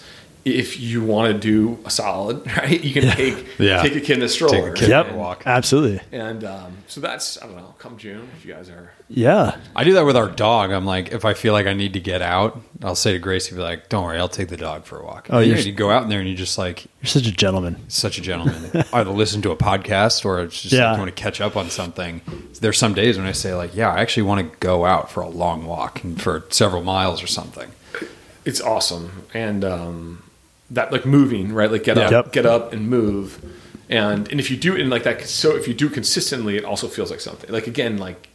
S2: If you want to do a solid, right, you can take
S3: Yeah.
S2: take a kid in a stroller.
S3: kid.
S1: Yep.
S3: Walk.
S1: Absolutely.
S2: And um, so that's I don't know. Come June, if you guys are
S1: Yeah.
S3: I do that with our dog. I'm like, if I feel like I need to get out, I'll say to Gracie, be like, "Don't worry, I'll take the dog for a walk."
S1: Oh,
S3: Oh, you
S1: you're-
S3: you go out in there and you just like
S1: You're such a gentleman.
S3: such a gentleman. Either listen to a podcast or it's just
S1: Yeah.
S3: like you want to catch up on something. There's some days when I say like, "Yeah, I actually want to go out for a long walk and for several miles or something."
S2: it's awesome and um, that like moving right like get up
S1: Yep.
S2: get up and move and and if you do it in like that so if you do it consistently it also feels like something like again like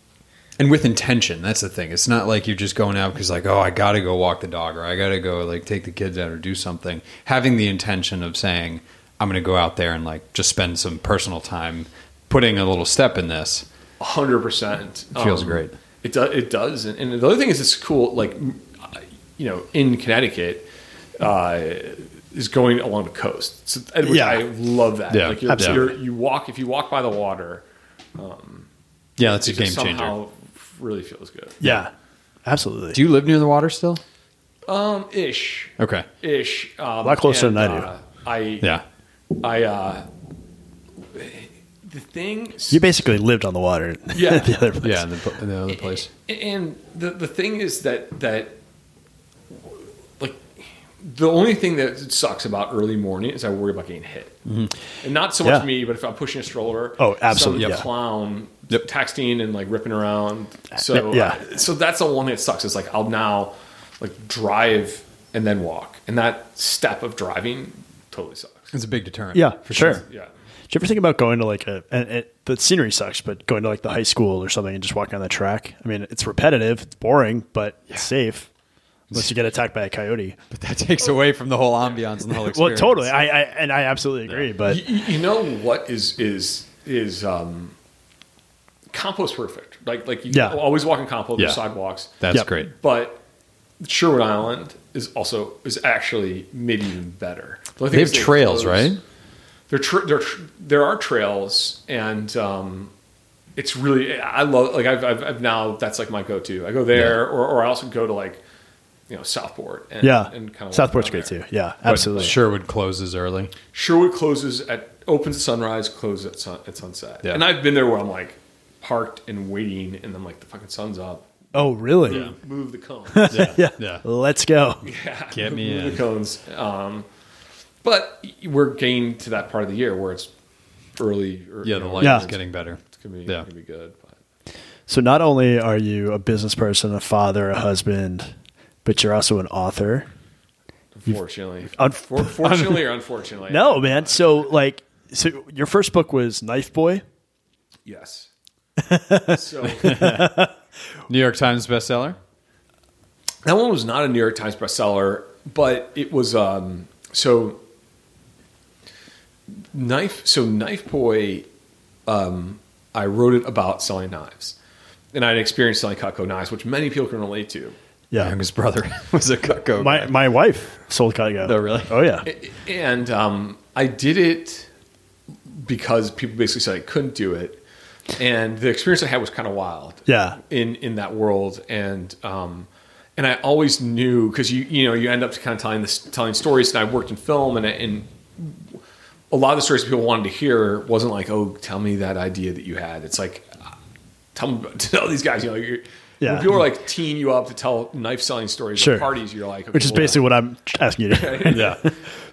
S3: And with intention, that's the thing. It's not like you're just going out because like, oh, I got to go walk the dog or I got to go like take the kids out or do something. Having the intention of saying, I'm going to go out there and like just spend some personal time putting a little step in this.
S2: 100%
S3: Feels great.
S2: um, it does it does and, and the other thing is it's cool like m- I- you know in connecticut uh, is going along the coast so, and which
S1: Yeah.
S2: i love that
S3: Yeah,
S2: like you're,
S3: absolutely.
S2: you're, you walk if you walk by the water
S3: Yeah, that's a
S2: it
S3: game
S2: just
S3: changer.
S2: somehow really feels good
S1: Yeah. Absolutely.
S3: Do you live near the water still?
S2: um ish
S3: Okay.
S2: ish. Um, a
S1: lot closer than I do.
S2: I
S3: Yeah.
S2: I uh, the thing
S1: You basically lived on the water.
S2: Yeah.
S1: the other place.
S3: Yeah, in the, in the other place.
S2: and the the thing is that that like the only thing that sucks about early morning is I worry about getting hit, and not so much
S1: Mm-hmm. Yeah.
S2: me, but if I'm pushing a stroller,
S1: Oh, absolutely,
S2: some
S1: yeah. Uh,
S2: clown
S3: Yep.
S2: texting and like ripping around. So uh,
S1: Yeah.
S2: so that's the one thing that sucks. It's like I'll now like drive and then walk. And that step of driving totally sucks.
S3: It's a big deterrent.
S1: Yeah, for sure. Did
S2: Yeah.
S1: you ever think about going to like a? And it, the scenery sucks, but going to like the high school or something and just walking on the track. I mean, it's repetitive, it's boring, but it's safe. Unless you get attacked by a coyote.
S3: But that takes away from the whole ambiance and the whole
S1: Well,
S3: experience.
S1: totally. I, I and I absolutely agree. But
S2: You, you- you know what is is is um, compost perfect. Like like you
S1: Yeah.
S2: always walk in compost.
S3: Yeah.
S2: There's sidewalks.
S3: That's
S1: Yep.
S3: great.
S2: but Sherwood Island is also is actually maybe even better. The only thing
S3: They have
S2: is
S3: trails,
S2: closed-
S3: right?
S2: There tra- there tr- there are trails, and um, it's really I love like I've, I've, I've now that's like my go to. I go there, or, or I also go to like you know Southport. And,
S1: yeah,
S2: and kind of
S1: Southport's great too. Yeah, absolutely.
S3: Sherwood closes early.
S2: Sherwood closes at opens at sunrise, closes at, sun, at sunset.
S3: Yeah.
S2: And I've been there where I'm like parked and waiting, and I'm like the fucking sun's up.
S1: Oh, really?
S2: Move the cone.
S1: Yeah.
S3: Yeah.
S1: Let's go.
S3: Get me
S2: the
S3: in.
S2: cones. Um, but we're getting to that part of the year where it's early. Or,
S3: Yeah, the light
S1: Yeah.
S3: is getting better.
S2: It's gonna be,
S3: Yeah.
S2: gonna be good. But
S1: So not only are you a business person, a father, a husband, but you're also an author.
S2: unfortunately,
S1: Un-
S2: For, fortunately or unfortunately,
S1: No, man. So like, so your first book was Knife Boy.
S2: Yes. so
S3: New York Times bestseller.
S2: that one was not a New York Times bestseller, but it was um, so knife. So knife boy, um, I wrote it about selling knives, and I had experience selling Cutco knives, which many people can relate to.
S3: My
S1: Yeah.
S3: youngest brother was a cucko.
S1: My my wife sold Cutco.
S3: Oh, really?
S1: Oh yeah.
S2: and um, I did it because people basically said I couldn't do it, and the experience I had was kind of wild.
S1: Yeah.
S2: in in that world, and um, and I always knew because you you know you end up kind of telling this telling stories, and I worked in film, and I- and a lot of the stories people wanted to hear wasn't like oh tell me that idea that you had. It's like tell me tell these guys you know you're.
S1: Yeah.
S2: When people are like teeing you up to tell knife selling stories
S1: Sure.
S2: at parties, you're like, okay,
S1: Which is
S2: well,
S1: basically what I'm asking you to. do.
S3: yeah.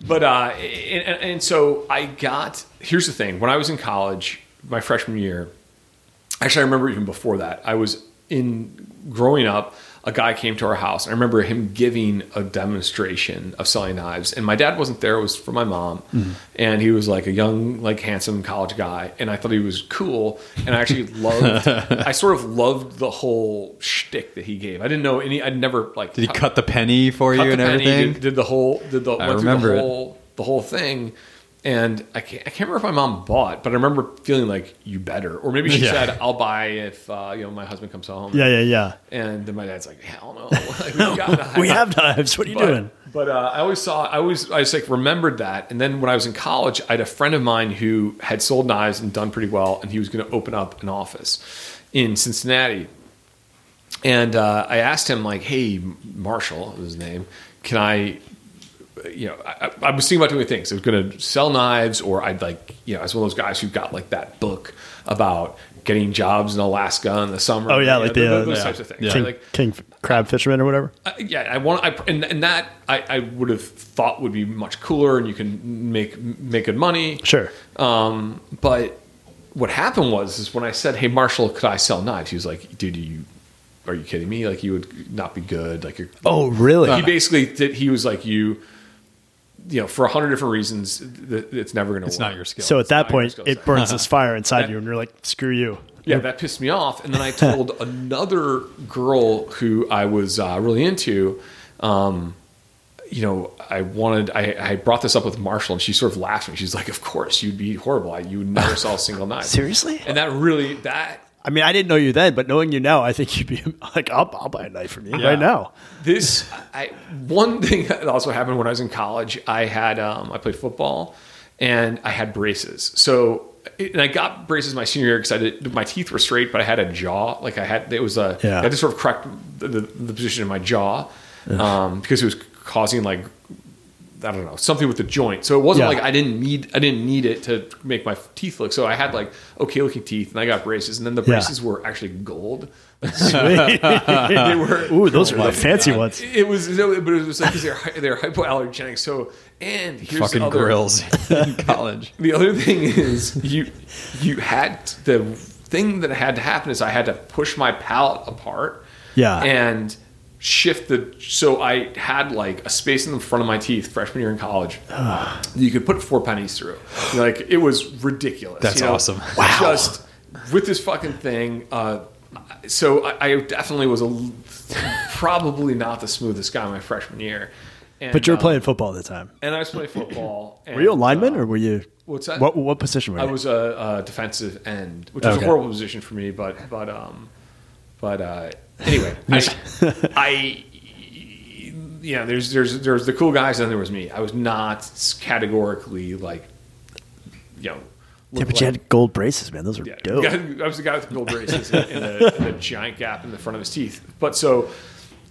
S2: but uh, and, and- and so I got. Here's the thing: when I was in college, my freshman year, actually, I remember even before that, I was in growing up. A guy came to our house. and I remember him giving a demonstration of selling knives, and my dad wasn't there. It was for my mom,
S3: Mm-hmm.
S2: and he was like a young, like handsome college guy, and I thought he was cool, and I actually loved. I sort of loved the whole shtick that he gave. I didn't know any. I'd never like.
S3: Did he cut the penny for
S2: Cut
S3: you and
S2: the penny,
S3: everything?
S2: Did, did the whole did the, went
S3: remember
S2: through
S3: it.
S2: the whole the whole thing, and I can't I can't remember if my mom bought, but I remember feeling like you better, or maybe she
S3: Yeah.
S2: said I'll buy if uh, you know my husband comes home.
S1: Yeah, yeah, yeah.
S2: and then my dad's like, hell no, like, we, got
S1: We have knives. What are you
S2: but,
S1: doing?
S2: But uh, I always saw, I always, I just like remembered that. And then when I was in college, I had a friend of mine who had sold knives and done pretty well, and he was going to open up an office in Cincinnati. And uh, I asked him, like, "Hey, Marshall, was his name, can I?" You know, I, I I was thinking about doing things. I was going to sell knives, or I'd like, you know, I was one of those guys who got like that book about getting jobs in Alaska in the summer.
S1: Oh yeah,
S2: You
S1: like
S2: know,
S1: the uh,
S2: those,
S1: yeah.
S2: types of things.
S1: King,
S2: Right? Like,
S1: king crab fisherman or whatever.
S2: uh, yeah, I want. I and, and that I, I would have thought would be much cooler, and you can make make good money.
S1: Sure.
S2: Um, but what happened was is when I said, "Hey, Marshall, could I sell knives?" He was like, "Dude, you are you kidding me? Like, you would not be good. Like, you're."
S1: Oh really?
S2: he basically did. He was like, "You, you know, for a hundred different reasons, th- it's never going to.
S3: It's not your skill.
S1: so at that point,
S2: goes
S1: it
S2: down.
S1: burns this fire inside
S2: That-
S1: you, and you're like, "Screw you."
S2: yeah, that pissed me off. And then I told another girl who I was uh, really into, um, you know, I wanted, I, I brought this up with Marshall and she sort of laughed at me. She's like, of course, you'd be horrible. I, you would never sell a single knife.
S1: Seriously?
S2: And that really, that,
S1: I mean, I didn't know you then, but knowing you now, I think you'd be like, "I'll, I'll buy a knife from you right now."
S2: this I one thing that also happened when I was in college. I had um, I played football and I had braces. So and I got braces my senior year because I did, my teeth were straight, but I had a jaw like I had it was a I
S1: Yeah.
S2: had to sort of correct the, the, the position in my jaw um, because it was causing like. I don't know something with the joint, so it wasn't
S1: Yeah.
S2: like I didn't need I didn't need it to make my teeth look. So I had like okay looking teeth, and I got braces, and then the
S1: Yeah.
S2: braces were actually gold.
S1: they were, Ooh, those are the fancy ones.
S2: It was no, but it was like 'cause they're hy- they're hypoallergenic. So and here's the
S3: Fucking
S2: other,
S3: grills in college.
S2: The other thing is you you had the thing that had to happen is I had to push my palate apart.
S1: Yeah.
S2: and shift the so I had like a space in the front of my teeth freshman year in college that you could put four pennies through. Like it was ridiculous.
S3: That's
S2: you know?
S3: awesome. Wow.
S2: Just with this fucking thing. Uh, so I, I definitely was a l- probably not the smoothest guy my freshman year. And,
S1: But you were
S2: uh,
S1: playing football at the time.
S2: and I was playing football. And,
S1: Were you a lineman
S2: uh,
S1: or were you?
S2: what's that?
S1: What what position were you?
S2: I was a, uh defensive end, which was
S1: Okay.
S2: a horrible position for me. But but um, but uh, anyway, I, I yeah, there's there's there's the cool guys, and then there was me. I was not categorically like, you know.
S1: yeah,
S2: look
S1: but you
S2: like-
S1: had gold braces, man. Those are
S2: yeah,
S1: dope.
S2: I was the guy with the gold braces and and the, and the giant gap in the front of his teeth. But so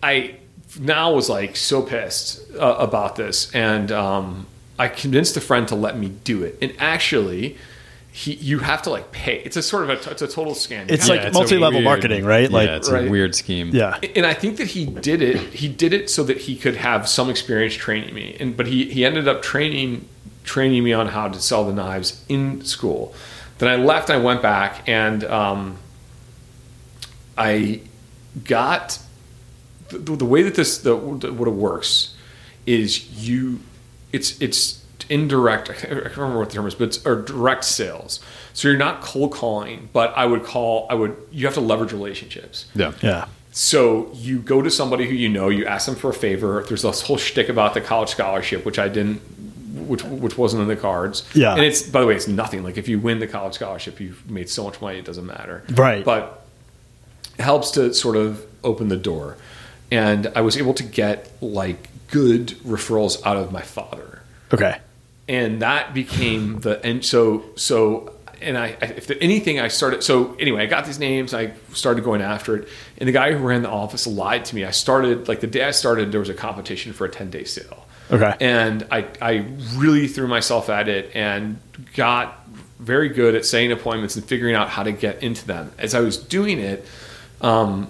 S2: I now was like so pissed uh, about this, and um, I convinced a friend to let me do it. And actually, he you have to like pay. It's a sort of a t- it's a total scam. You
S1: It's
S2: have
S1: like multi-level marketing, right? Like-
S3: yeah, it's
S2: Right.
S3: a weird scheme.
S1: yeah.
S2: and I think that he did it. He did it so that he could have some experience training me, and but he he ended up training training me on how to sell the knives in school. Then I left. I went back, and um, I got the, the way that this the, the what it works is you it's it's indirect I can't I can't remember what the term is but it's or direct sales so you're not cold calling but i would call i would you have to leverage relationships
S3: Yeah.
S1: Yeah.
S2: so you go to somebody who you know, you ask them for a favor. There's this whole shtick about the college scholarship, which I didn't, which which wasn't in the cards.
S1: Yeah.
S2: and it's by the way, it's nothing. Like if you win the college scholarship, you've made so much money, it doesn't matter.
S1: Right.
S2: but it helps to sort of open the door. And I was able to get like good referrals out of my father
S1: Okay.
S2: and that became the and so so and I I- if the, anything I started so anyway I got these names I started going after it and the guy who ran the office lied to me I started like the day I started there was a competition for a ten day sale
S1: Okay.
S2: and I I really threw myself at it and got very good at setting appointments and figuring out how to get into them as I was doing it um,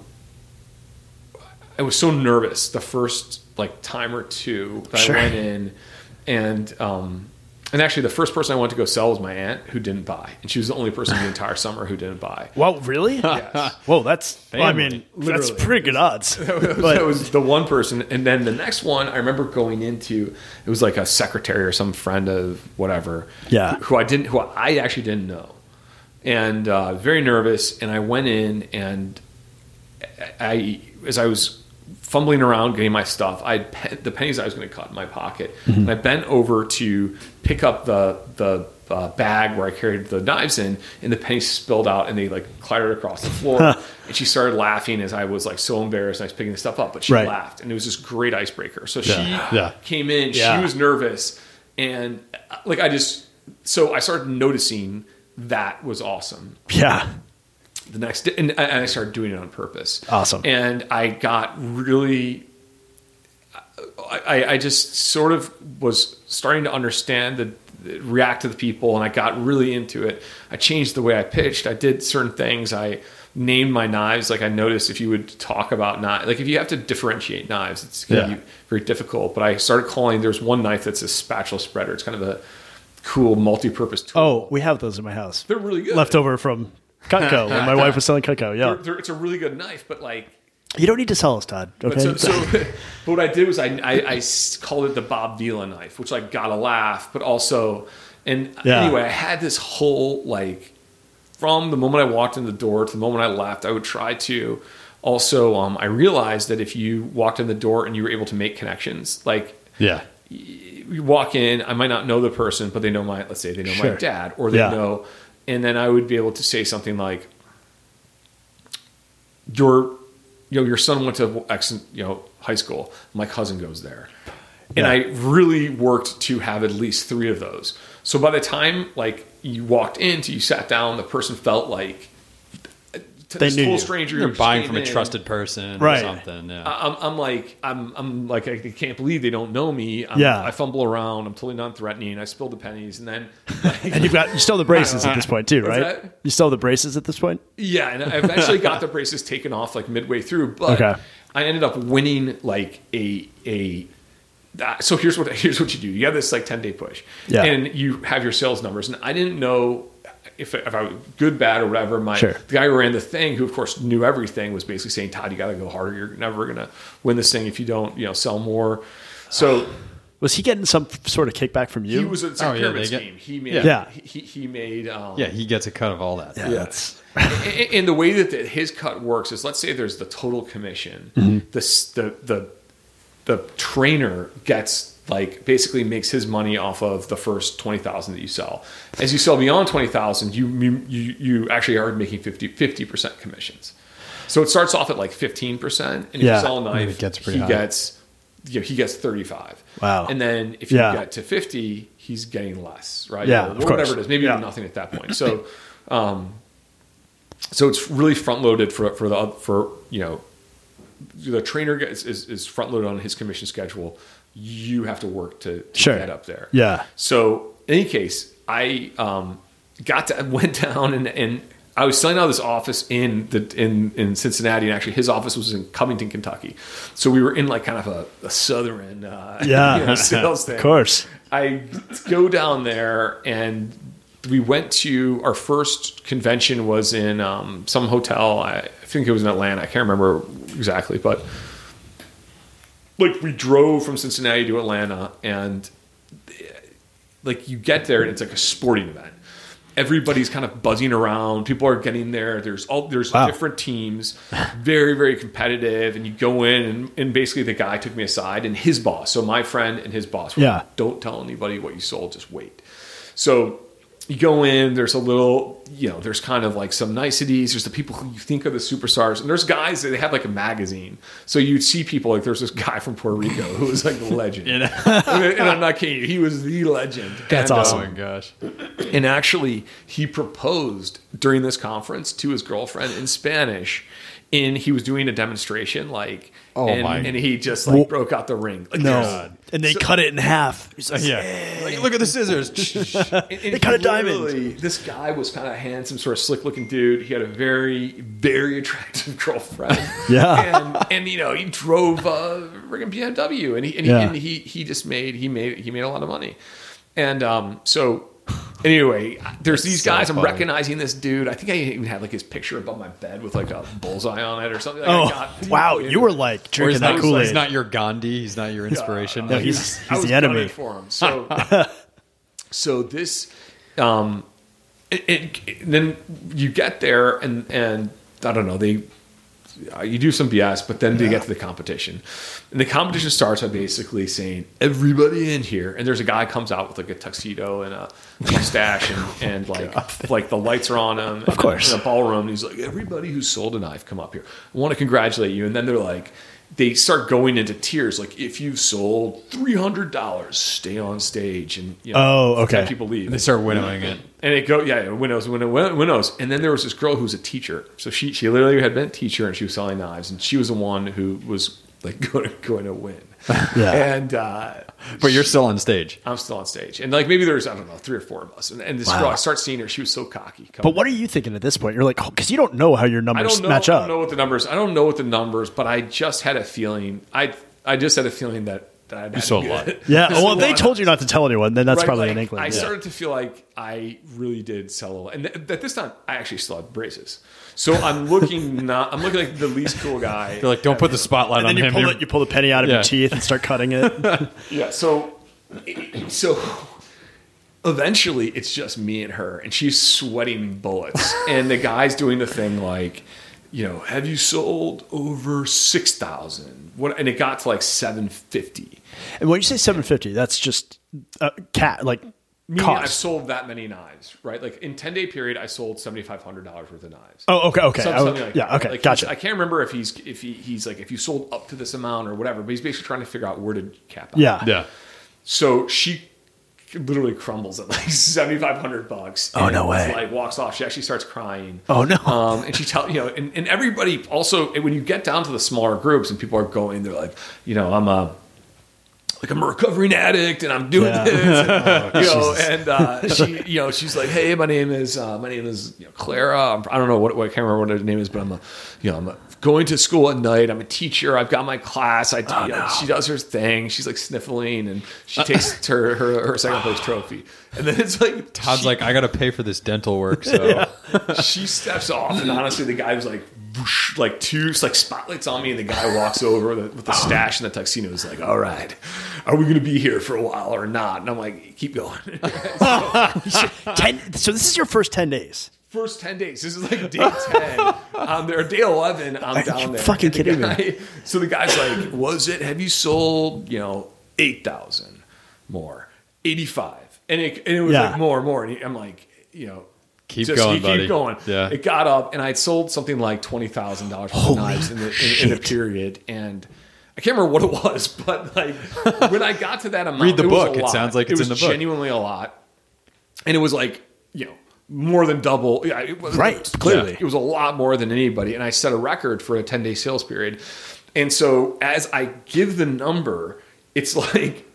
S2: I was so nervous the first like time or two that
S1: Sure.
S2: I went in, and um, and actually the first person I went to go sell was my aunt who didn't buy, and she was the only person the entire summer who didn't buy.
S1: Wow, really?
S2: Yes.
S1: Whoa, that's. well, I mean,
S2: Family,
S1: that's
S2: literally.
S1: pretty good odds.
S2: that
S1: But
S2: was the one person, and then the next one I remember going into it was like a secretary or some friend of whatever,
S1: Yeah.
S2: who I didn't, who I actually didn't know, and uh, very nervous, and I went in and I as I was fumbling around getting my stuff, I had pen, the pennies I was going to cut in my pocket, and I bent over to pick up the the uh, bag where I carried the knives in, and the pennies spilled out and they like clattered across the floor. and she started laughing as I was like so embarrassed and I was picking the stuff up, but she
S1: Right.
S2: laughed, and it was this great icebreaker. So
S3: Yeah.
S2: she
S3: Yeah.
S2: came in,
S1: Yeah.
S2: she was nervous, and uh, like I just so I started noticing that was awesome
S1: yeah.
S2: the next day, and, and I started doing it on purpose.
S1: Awesome.
S2: And I got really, I, I- I just sort of was starting to understand the, the- react to the people, and I got really into it. I changed the way I pitched. I did certain things. I named my knives. Like I noticed, if you would talk about knives, like if you have to differentiate knives, it's gonna
S1: Yeah.
S2: be very difficult. But I started calling. There's one knife that's a spatula spreader. It's kind of a cool multi-purpose tool.
S1: Oh, we have those in my house.
S2: they're really good.
S1: Leftover from Cutco when my wife was selling Cutco.
S2: They're-
S1: Yeah.
S2: they're- it's a really good knife, but like
S1: You don't need to sell us, Todd. Okay.
S2: But so, so but what I did was I, I, I s- called it the Bob Vila knife, which like got a laugh, but also, and
S1: Yeah.
S2: anyway, I had this whole like from the moment I walked in the door to the moment I left, I would try to also, um, I realized that if you walked in the door and you were able to make connections, like
S3: Yeah.
S2: you walk in, I might not know the person, but they know my, let's say they know
S1: Sure.
S2: my dad or they
S1: Yeah.
S2: know, and then I would be able to say something like, your, you know, your son went to X, you know, high school. My cousin goes there. And
S1: Yeah.
S2: I really worked to have at least three of those. So by the time like you walked in to you sat down, the person felt like to
S1: They
S2: this
S1: knew
S2: whole
S1: you.
S2: stranger
S3: You're
S2: who just
S3: buying
S2: came
S3: from a
S2: in,
S3: trusted person
S1: Right.
S3: or something. Yeah.
S2: I- I'm, I'm like, I'm, I'm like, I can't believe they don't know me. I'm,
S1: Yeah.
S2: I fumble around. I'm totally non-threatening. I spill the pennies, and then,
S1: and you've got you still have the braces at this point too,
S2: What's
S1: right?
S2: that?
S1: You still have the braces at this point.
S2: yeah, and I eventually got the braces taken off like midway through. But
S1: Okay.
S2: I ended up winning like a a. that- So here's what here's what you do. You have this like ten day push,
S1: Yeah.
S2: and you have your sales numbers. And I didn't know if, if I good, bad, or whatever, my
S1: Sure.
S2: the guy who ran the thing, who of course knew everything, was basically saying, Todd, you got to go harder. You're never gonna win this thing if you don't, you know, sell more. So
S1: Was he getting some f- sort of kickback from you?
S2: he was a it's a
S3: Oh, yeah,
S2: pyramid
S3: they get-
S2: scheme. he made,
S1: Yeah.
S2: he, he made, um,
S3: Yeah, he gets a cut of all that.
S1: yeah, that's-
S2: A- and the way that the, his cut works is let's say there's the total commission
S1: Mm-hmm.
S2: the, s- the the the trainer gets like basically makes his money off of the first 20,000 that you sell as you sell beyond 20,000 you you you you actually are making 50 50% commissions so it starts off at like 15% and if
S1: Yeah.
S2: you sell a
S3: mean,
S2: knife
S3: it gets pretty
S2: he
S3: high.
S2: gets you know, he gets 35
S1: Wow.
S2: and then if you
S1: Yeah.
S2: get to 50 he's getting less right
S1: Yeah,
S2: or
S1: of
S2: whatever
S1: course.
S2: it is maybe
S1: Yeah.
S2: even nothing at that point so um, so it's really front loaded for for the oth- for you know the trainer gets, is is front loaded on his commission schedule. You have to work to, to
S1: Sure.
S2: get up there.
S1: Yeah.
S2: So in any case, I um, got to went down and and I was selling out of this office in the in in Cincinnati, and actually his office was in Covington, Kentucky. So we were in like kind of a, a southern uh,
S1: Yeah.
S2: you know, sales thing.
S1: of course.
S2: I go down there and we went to our first convention was in um, some hotel. I think it was in Atlanta. I can't remember exactly, but like we drove from Cincinnati to Atlanta and like you get there and it's like a sporting event. Everybody's kind of buzzing around. People are getting there. There's all there's
S1: Wow.
S2: different teams, very very competitive. And you go in and, and basically the guy took me aside and his boss. So my friend and his boss. Were
S1: Yeah.
S2: like, Don't tell anybody what you sold. Just wait. So you go in. There's a little you know. There's kind of like some niceties. There's the people who you think are the superstars, and there's guys that they have like a magazine. So you see people like there's this guy from Puerto Rico who was like the legend. and I'm not kidding you. He was the legend.
S1: That's
S2: And, uh,
S1: awesome.
S3: Oh my gosh.
S2: and actually, he proposed during this conference to his girlfriend in Spanish. And he was doing a demonstration, like,
S3: Oh
S2: and,
S3: my-
S2: and he just like broke out the ring. Like,
S1: No,
S2: there's-
S1: and they cut it in half. He's like,
S3: Yeah. Like, look at the scissors.
S2: and- and
S1: They cut a
S2: he
S1: diamond.
S2: literally- This guy was kind of handsome, sort of slick looking dude. He had a very, very attractive girlfriend.
S1: Yeah.
S2: And, and you know, he drove a friggin' BMW and he, and,
S1: Yeah.
S2: he, and he, he just made, he made, he made a lot of money. And, um, so anyway, there's these
S3: so
S2: guys, I'm
S3: funny.
S2: recognizing this dude. I think I even had like his picture above my bed with like a bullseye on it or something. Like, I
S1: Oh
S2: got deep
S1: wow,
S2: into
S1: you were like
S3: Or he's
S1: drinking
S3: not,
S1: that Kool
S3: he's
S1: Aid.
S3: not your Gandhi. He's not your inspiration.
S1: No,
S3: Like,
S1: he's
S2: I
S1: he's
S2: was
S1: the enemy.
S2: gunning for him. So, so this, um, it, it, it- then you get there and and I don't know they, uh, you do some BS, but then they get to the competition, and the competition starts by basically saying everybody in here, and there's a guy comes out with like a tuxedo and a mustache and, and like like the lights are on him, of
S1: course.
S2: in a ballroom. And he's like, everybody who sold a knife, come up here. I want to congratulate you. And then they're like, they start going into tears. Like, if you've sold three hundred dollars, stay on stage. And you know,
S1: Oh, okay.
S2: have people leave.
S3: they start winnowing it.
S2: And it go yeah, yeah, winnows, winnows, winnows. And then there was this girl who was a teacher. So she she literally had been a teacher and she was selling knives, and she was the one who was like going to, going to win.
S1: Yeah.
S2: And uh,
S3: But you're still on stage.
S2: I'm still on stage, and like maybe there's I don't know three or four of us, and, and this
S1: Wow.
S2: girl I start seeing her. She was so cocky.
S1: But what are you thinking at this point? You're like, because you don't know how your
S2: I
S1: numbers
S2: don't know.
S1: match
S2: I don't
S1: up.
S2: know what the numbers. I don't know what the numbers, but I just had a feeling. I I just had a feeling that that I'd had
S3: sold a
S2: to
S3: lot.
S2: get-
S1: Yeah.
S2: sold
S1: Well, if
S2: a
S1: they
S2: lot.
S1: told you not to tell anyone, then that's
S2: Right,
S1: probably
S2: like,
S1: in England.
S2: I
S1: yeah.
S2: started to feel like I really did sell a lot, and th- at this time I actually still had braces. So I'm looking not. I'm looking like the least cool guy.
S3: They're like, don't put the spotlight
S1: And
S3: on
S1: then you
S3: him.
S1: pull
S3: You're-
S1: it, you pull the penny out of
S3: Yeah.
S1: your teeth and start cutting it.
S2: Yeah. So, so eventually it's just me and her, and she's sweating bullets, and the guy's doing the thing like, you know, have you sold over six thousand? What? And it got to like seven fifty.
S1: and when you say 750, that's just uh, cat like
S2: Meaning I've
S1: cost.
S2: sold that many knives, right? Like in ten day period, I sold seventy five hundred dollars worth of knives.
S1: Oh, okay, okay,
S2: Some-
S1: I would-
S2: something like
S1: yeah,
S2: that.
S1: okay,
S2: Like,
S1: gotcha.
S2: he's- I can't remember if he's if he, he's like if you sold up to this amount or whatever, but he's basically trying to figure out where to cap out.
S1: yeah,
S3: yeah.
S2: So she literally crumbles at like seventy five hundred bucks.
S1: Oh,
S2: and,
S1: no way.
S2: Like walks off. She actually starts crying.
S1: Oh, no.
S2: Um, and she tell you know, and, and everybody also when you get down to the smaller groups and people are going, they're like, you know, I'm a like I'm a recovering addict and I'm doing
S1: Yeah.
S2: this, and, you know. And uh, she, you know, she's like, hey, my name is uh, my name is you know, Clara. I'm, I don't know what, what I can't remember what her name is, but I'm a, you know, I'm a, going to school at night. I'm a teacher. I've got my class. I, you know, she does her thing. She's like sniffling and she takes her her, her second place trophy. And then it's like
S3: Todd's
S2: she-
S3: like, I got to pay for this dental work, so
S2: she steps off, and honestly, the guy was like, whoosh, like two like spotlights on me, and the guy walks over with the, with the stash and the tuxedo. Is like, all right, are we going to be here for a while or not? And I'm like, keep going. Uh,
S1: Ten, so this is your first ten days.
S2: First ten days, this is like day ten. I'm there, day eleven. I'm down
S1: you
S2: there.
S1: fucking
S2: And the
S1: kidding me?
S2: guy- So the guy's like, was it? Have you sold? You know, eight thousand more, eighty five, and it and it was
S1: Yeah.
S2: like more and more. And he- I'm like, you know.
S3: Keep going,
S2: keep
S3: buddy.
S2: going.
S3: Yeah.
S2: It got up, and I'd sold something like twenty thousand dollars worth of knives in the, in, in the period, and I can't remember what it was, but like when I got to that amount,
S3: Read the
S2: it was a
S3: book. It
S2: lot.
S3: sounds like
S2: It
S3: it's in
S2: was
S3: the book.
S2: Genuinely a lot, and it was like you know more than double. Yeah, it was,
S1: Right,
S2: it was-
S1: clearly.
S2: it was a lot more than anybody, and I set a record for a ten day sales period. And so as I give the number, it's like,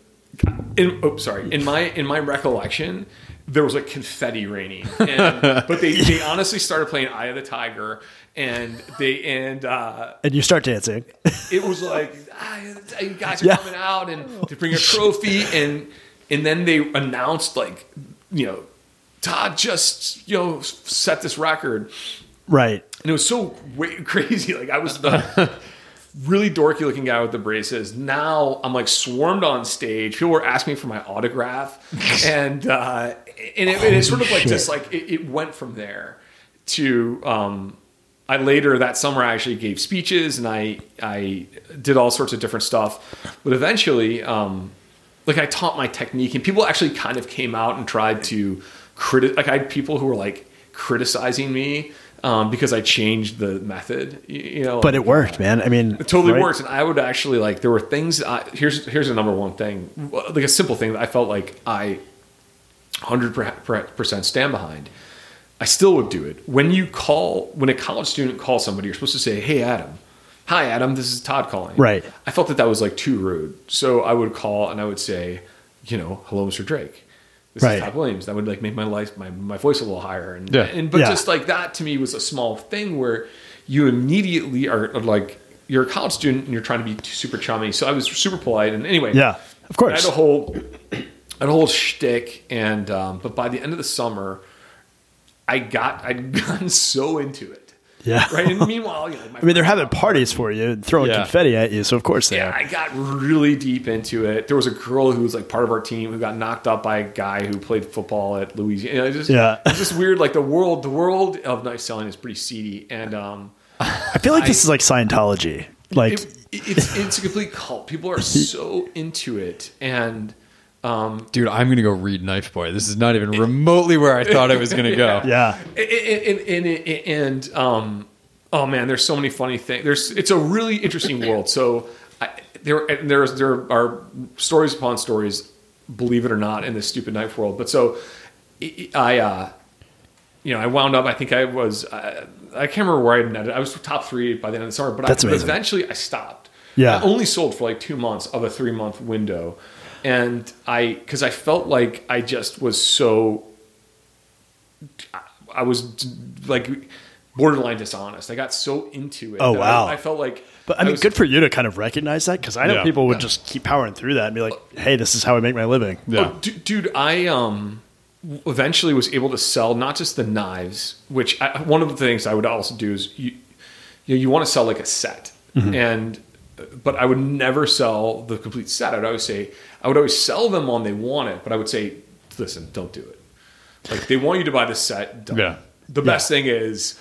S2: in, oh sorry, in my in my recollection. There was like confetti raining, and, but they, they honestly started playing "Eye of the Tiger," and they and uh,
S1: And you start dancing.
S2: it was like Oh. ah, you guys are
S1: Yeah.
S2: coming out and to bring a trophy and and then they announced like you know Todd just you know set this record
S1: right.
S2: and it was so wa- crazy like I was the really dorky looking guy with the braces now I'm like swarmed on stage people were asking me for my autograph and uh, and it, and it sort of like just like it, it went from there to um, I later that summer I actually gave speeches and I I did all sorts of different stuff, but eventually, um, like I taught my technique and people actually kind of came out and tried to criti- like I had people who were like criticizing me um, because I changed the method, you, you know.
S1: But it worked, man. I mean,
S2: It totally
S1: right?
S2: works, and I would actually like. There were things. I, here's here's a number one thing, like a simple thing that I felt like I hundred percent stand behind. I still would do it when you call when a college student calls somebody. You're supposed to say, "Hey, Adam." Hi, Adam. This is Todd calling.
S1: Right.
S2: I felt that that was like too rude, so I would call and I would say, you know, "Hello, Mr. Drake." This
S1: Right.
S2: is Todd Williams. That would like make my life my, my voice a little higher and
S3: Yeah.
S2: and but
S1: Yeah.
S2: just like that to me was a small thing where you immediately are like you're a college student and you're trying to be super chummy. So I was super polite and anyway.
S1: Yeah, of
S2: I had
S1: course.
S2: a whole, I had a whole shtick, and um, but by the end of the summer, I got I'd gotten so into it,
S1: yeah.
S2: right? And meanwhile, you know, my
S1: I mean, they're having parties for you, and throwing
S3: Yeah.
S1: confetti at you. So of course they
S2: yeah,
S1: are.
S2: I got really deep into it. There was a girl who was like part of our team who got knocked up by a guy who played football at Louisiana. You know, it just,
S1: Yeah.
S2: it's just weird. Like the world, the world of knife selling is pretty seedy, and um,
S1: I feel like this is like Scientology. Like,
S2: it, it's it's a complete cult. People are so into it, and
S3: dude, I'm gonna go read Knife Boy. This is not even remotely where I thought it was gonna go.
S1: yeah,
S2: and and, and, and, and, um, oh man, there's so many funny things. There's it's a really interesting world. So I, there and there's there are stories upon stories, believe it or not, in this stupid knife world. But so I, I, uh, you know, I wound up. I think I was uh, I can't remember where I netted. I was top three by the end of the summer, but
S1: That's
S2: I, but
S1: amazing.
S2: eventually I stopped.
S1: Yeah.
S2: I only sold for like two months of a three month window. And I, because I felt like I just was so I was like borderline dishonest. I got so into it.
S1: Oh,
S2: that
S1: wow.
S2: I, I felt like.
S1: but I mean,
S2: was-
S1: good for you to kind of recognize that because I know
S3: Yeah.
S1: people would just keep powering through that and be like, "Hey, this is how I make my living."
S3: Yeah.
S2: Oh, du- dude, I um eventually was able to sell not just the knives, which I, one of the things I would also do is you you, know, you want to sell like a set,
S3: Mm-hmm.
S2: and but I would never sell the complete set. I'd always say I would always sell them on they want it, but I would say, listen, don't do it. Like they want you to buy this set. Don't.
S3: Yeah.
S2: The best thing is.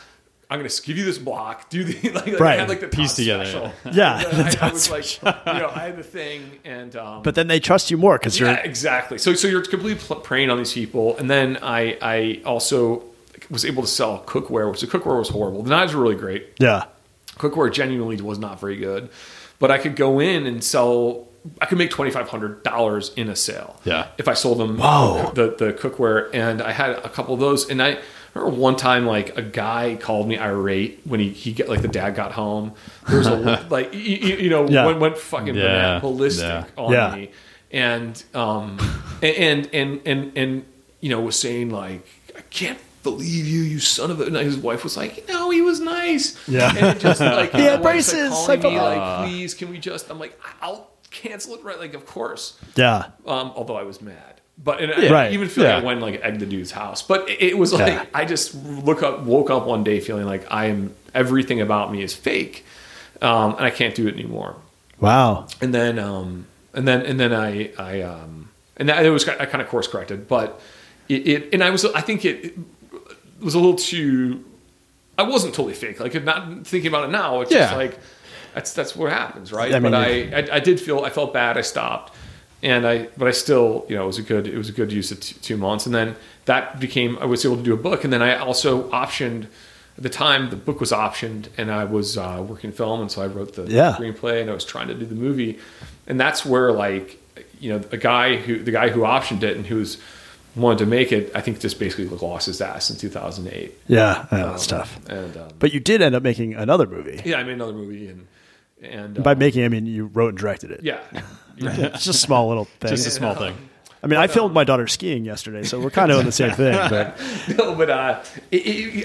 S2: I'm gonna give you this block. Do the like, like I
S1: Right.
S2: had like the
S3: Piece
S2: Todd
S3: together,
S2: special.
S1: Yeah.
S2: I-
S1: Yeah,
S2: I,
S1: the
S2: I
S1: Todd
S2: was like, you know, I had the thing, and um,
S1: But then they trust you more because
S2: yeah, exactly. So so you're completely pl- preying on these people, and then I I also was able to sell cookware, which the cookware was horrible. The knives were really great.
S1: you're yeah,
S2: Cookware genuinely was not very good, but I could go in and sell. I could make twenty five hundred dollars in a sale.
S3: Yeah.
S2: if I sold them
S1: Whoa.
S2: the the cookware, and I had a couple of those, and I. Remember one time, like a guy called me irate when he he got like the dad got home. There was a like you, you know
S1: Yeah.
S2: went, went fucking
S3: Yeah.
S2: ballistic
S3: Yeah.
S2: on
S1: Yeah.
S2: me, and um, and and and and you know was saying like, I can't believe you, you son of a. And his wife was like, no, he was nice.
S1: Yeah.
S2: and it just like
S1: He had
S2: my wife's,
S1: braces. Uh.
S2: Like, calling
S1: I
S2: me,
S1: felt-
S2: like, please, can we just? I'm like, I'll cancel it right. Like, of course
S1: Yeah.
S2: um, although I was mad. But and I
S1: Right.
S2: even feel like
S3: Yeah.
S2: I went like egged the dude's house. But it, it was like
S1: Yeah.
S2: I just look up, woke up one day feeling like I am everything about me is fake, um, and I can't do it anymore.
S1: Wow.
S2: And then um, and then and then I I um, and that, it was I kind of course corrected, but it, it and I was I think it, it was a little too. I wasn't totally fake. Like if not thinking about it now, it's just
S3: Yeah.
S2: like that's that's what happens, right?
S1: I mean,
S2: but I, I I did feel I felt bad. I stopped, and I but I still you know it was a good it was a good use of t- two months, and then that became I was able to do a book, and then I also optioned at the time the book was optioned, and I was uh, working film, and so I wrote the
S1: Yeah.
S2: screenplay, and I was trying to do the movie, and that's where like you know a guy who the guy who optioned it and who's wanted to make it, I think just basically lost his ass in 2008.
S1: Yeah. yeah that's tough.
S2: And um,
S1: But you did end up making another movie.
S2: yeah, I made another movie and and uh,
S1: By making, I mean you wrote and directed it.
S2: yeah,
S1: It's just a small little thing.
S4: Just a small thing.
S1: I mean, I
S3: um,
S1: filmed my daughter skiing yesterday, so we're kind of on the same thing. But
S2: no, but uh, it,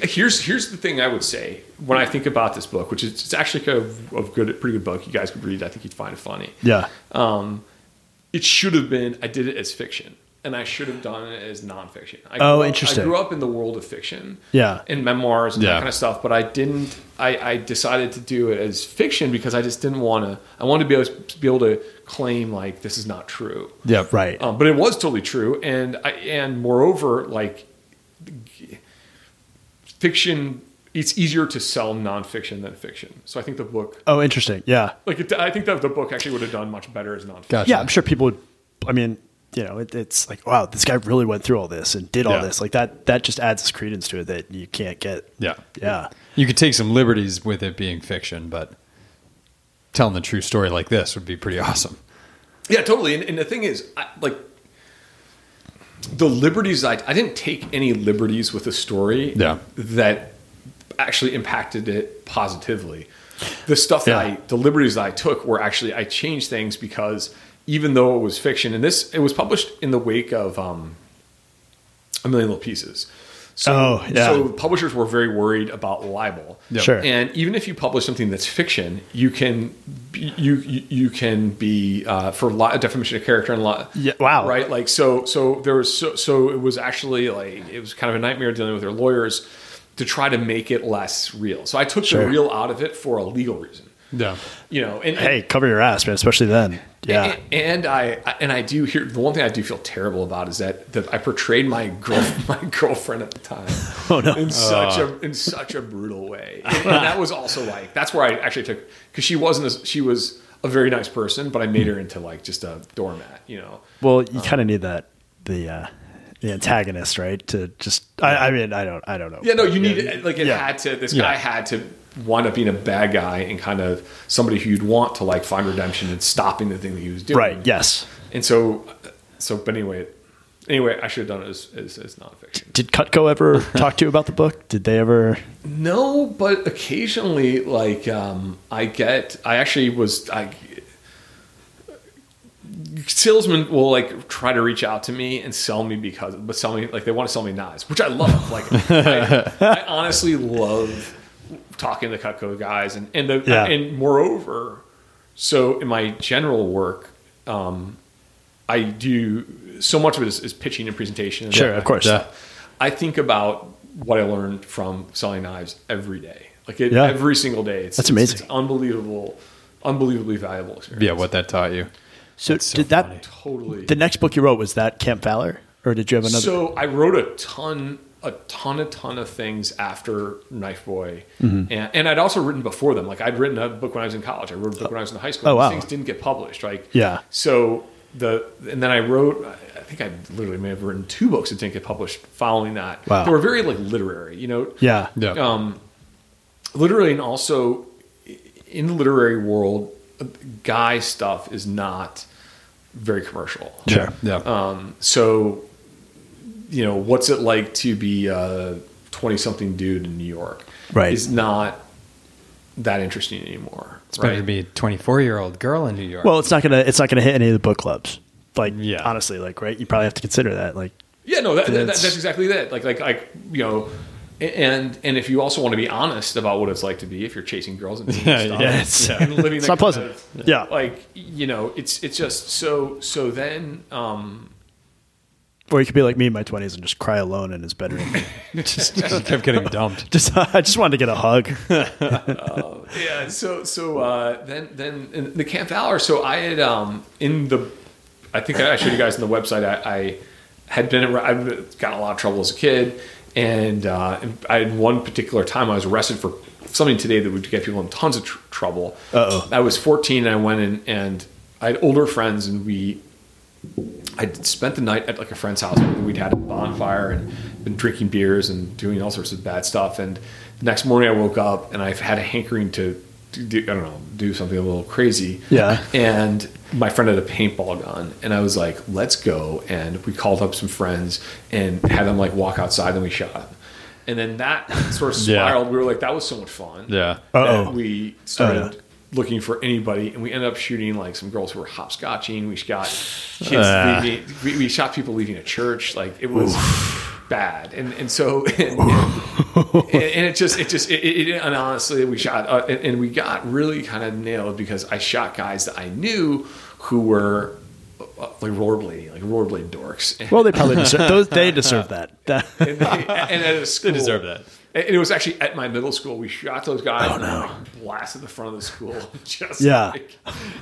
S2: it, here's here's the thing I would say when I think about this book, which is it's actually kind of a good, pretty good book. You guys could read. it. I think you'd find it funny.
S1: yeah,
S2: It should have been. I did it as fiction, and I should have done it as nonfiction.
S1: Oh,
S2: I grew up-
S1: interesting.
S2: I grew up in the world of fiction.
S1: Yeah.
S2: and memoirs and that
S4: Yeah.
S2: kind of stuff. But I didn't. I, I decided to do it as fiction because I just didn't want to. I wanted to be able to, be able to claim like this is not true.
S3: Yeah,
S1: right.
S2: Um, but it was totally true, and I, and moreover, like g- fiction, it's easier to sell nonfiction than fiction. So I think the book,
S1: oh, interesting. Yeah,
S2: like it, I think that the book actually would have done much better as nonfiction.
S3: Gotcha.
S1: yeah. I'm sure people would. I mean, you know, it, it's like, wow, this guy really went through all this and did all
S4: Yeah.
S1: this. Like that. That just adds this credence to it that you can't get.
S3: Yeah.
S1: Yeah.
S3: You could take some liberties with it being fiction, but telling the true story like this would be pretty awesome.
S2: Yeah, totally. And, and the thing is, I, like, the liberties I, I didn't take any liberties with the story
S3: Yeah.
S2: that actually impacted it positively. The stuff that
S1: Yeah.
S2: I, the liberties that I took were actually, I changed things because even though it was fiction, and this, it was published in the wake of um, A Million Little Pieces. So,
S1: Oh, yeah.
S2: so publishers were very worried about libel.
S3: Yep.
S1: Sure.
S2: And even if you publish something that's fiction, you can be, you, you you can be uh, for li- defamation of character and li-
S1: Yeah, wow.
S2: right like so so there was so, so it was actually like it was kind of a nightmare dealing with their lawyers to try to make it less real. So I took
S1: Sure.
S2: the real out of it for a legal reason,
S3: Yeah.
S2: you know. And,
S1: Hey, cover your ass, man. Especially then. Yeah.
S2: and, and I I- and I do hear the one thing I do feel terrible about is that that I portrayed my girl my girlfriend at the time
S1: Oh, no.
S2: in such a in such a brutal way, and, and that was also like that's where I actually took because she wasn't a, she was a very nice person, but I made her into like just a doormat, you know.
S1: Well,
S2: Oh.
S1: you kind of need that the uh, the antagonist, right? To just. I, I mean, I don't. I don't know.
S2: Yeah, no, you need like it
S1: Yeah.
S2: had to. This
S3: Yeah.
S2: guy had to wind up being a bad guy and kind of somebody who you'd want to like find redemption and stopping the thing that he was doing.
S1: Right. Yes.
S2: And so, so but anyway, anyway, I should have done it as as, as nonfiction.
S1: Did Cutco ever talk to you about the book? Did they ever?
S2: No, but occasionally, like um, I get, I actually was, I salesmen will like try to reach out to me and sell me because, but sell me like they want to sell me knives, which I love. Like I, I honestly love talking to Cutco guys, and and the
S1: Yeah.
S2: and moreover, so in my general work, um, I do so much of it is, is pitching and presentation. and
S1: Sure,
S2: that
S1: of
S2: kind
S1: course.
S3: Yeah.
S2: I think about what I learned from selling knives every day. Like it,
S1: Yeah.
S2: every single day. It's,
S1: That's
S2: it's-
S1: amazing.
S2: It's unbelievable, unbelievably valuable experience.
S3: Yeah, what that taught you.
S1: So,
S3: so
S1: did
S3: funny.
S1: that?
S2: totally.
S1: The next book you wrote was that Camp Valor, or did you have another?
S2: So I wrote a ton, a ton, a ton of things after Knife Boy,
S1: Mm-hmm.
S2: and, and I'd also written before them. Like I'd written a book when I was in college. I wrote a book when I was in high school.
S1: Oh,
S2: These
S1: wow.
S2: things didn't get published. Like
S1: Yeah.
S2: So the and then I wrote. I think I literally may have written two books that didn't get published. Following that,
S1: Wow.
S2: they were very like literary. You know.
S1: yeah.
S3: Yeah.
S2: Um, literally, and also in the literary world, guy stuff is not very commercial.
S1: Sure.
S3: Yeah.
S4: uh,
S2: Um, so, you know, what's it like to be a 20 something dude in New York?
S1: Right.
S2: Is not that interesting anymore.
S3: it's better
S2: Right.
S3: to be a 24 year old girl in New York.
S1: Well, it's not gonna it's not gonna hit any of the book clubs. Like
S3: Yeah.
S1: honestly, like right, you probably have to consider that. Like
S2: Yeah, no, that, that,
S1: That's-
S2: that's exactly that. Like, like, like, you know, and and if you also want to be honest about what it's like to be if you're chasing girls and doing
S3: Yeah,
S2: stuff
S1: yeah, it's-
S2: and living
S1: it's
S2: that
S1: not pleasant.
S2: competitive-
S1: Yeah.
S2: like you know, it's it's just so so. Then, um,
S1: or you could be like me in my twenties and just cry alone in his bedroom. just,
S3: Just kept getting dumped.
S1: just I just wanted to get a hug.
S2: yeah, so so uh, then then in the Camp Valor. So I had um in the, I think I showed you guys on the website. I, I had been ar- I've gotten in a lot of trouble as a kid, and uh, I had one particular time I was arrested for something today that would get people in tons of tr- trouble.
S1: Uh-oh.
S2: I was 14 and I went in and I had older friends and we I'd spent the night at like a friend's house. We'd had a bonfire and been drinking beers and doing all sorts of bad stuff. And the next morning, I woke up and I had a hankering to, to do, I don't know, do something a little crazy.
S1: Yeah.
S2: And my friend had a paintball gun, and I was like, "Let's go!" And we called up some friends and had them like walk outside, and we shot him. And then that sort of
S3: Yeah.
S2: spiraled. We were like, "That was so much fun."
S3: Yeah.
S1: Uh-oh.
S2: that we started
S1: Uh.
S2: looking for anybody, and we ended up shooting like some girls who were hopscotching. We shot kids
S3: Ah.
S2: leaving. We, we shot people leaving a church. Like it was bad, and and so and, and, and it just it just it, it, it- and honestly we shot uh, and, and we got really kind of nailed because I shot guys that I knew who were uh, like rollerblading, like rollerblade dorks.
S1: Well, they probably deserve those. They deserve that. That-
S2: and, they- and at a school,
S3: deserve that.
S2: And it was actually at my middle school. We shot those guys. Oh no! Like blasted the front of the school. Just
S1: Yeah.
S2: like-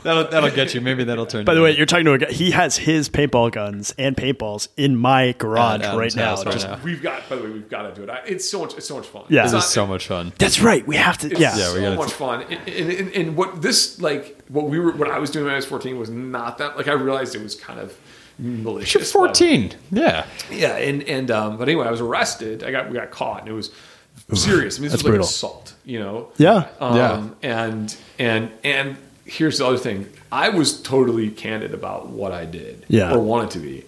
S3: That'll that'll get you. Maybe that'll turn.
S1: By the way, you're talking to a guy. He has his paintball guns and paintballs in my garage
S3: At Adam's
S1: right now.
S3: house right
S1: Just-
S3: now.
S2: we've got. By the way, we've got to do it. I, it's so much. It's so much fun.
S1: Yeah.
S2: It's
S1: This
S2: not-
S3: this is so much fun.
S1: That's right. We have to.
S2: It's
S1: yeah.
S2: so
S3: we gotta-
S2: much fun. And, and, and, and what this like, what we were, what I was doing when I was fourteen was not that. Like I realized it was kind of malicious.
S3: You're 14. Yeah.
S2: Yeah, and and um, but anyway, I was arrested. I got we got caught, and it was serious. I mean, this
S1: that's
S2: was like
S1: brutal.
S2: assault, you know.
S1: Yeah.
S2: um, And and and here's the other thing. I was totally candid about what I did,
S1: Yeah.
S2: or wanted to be.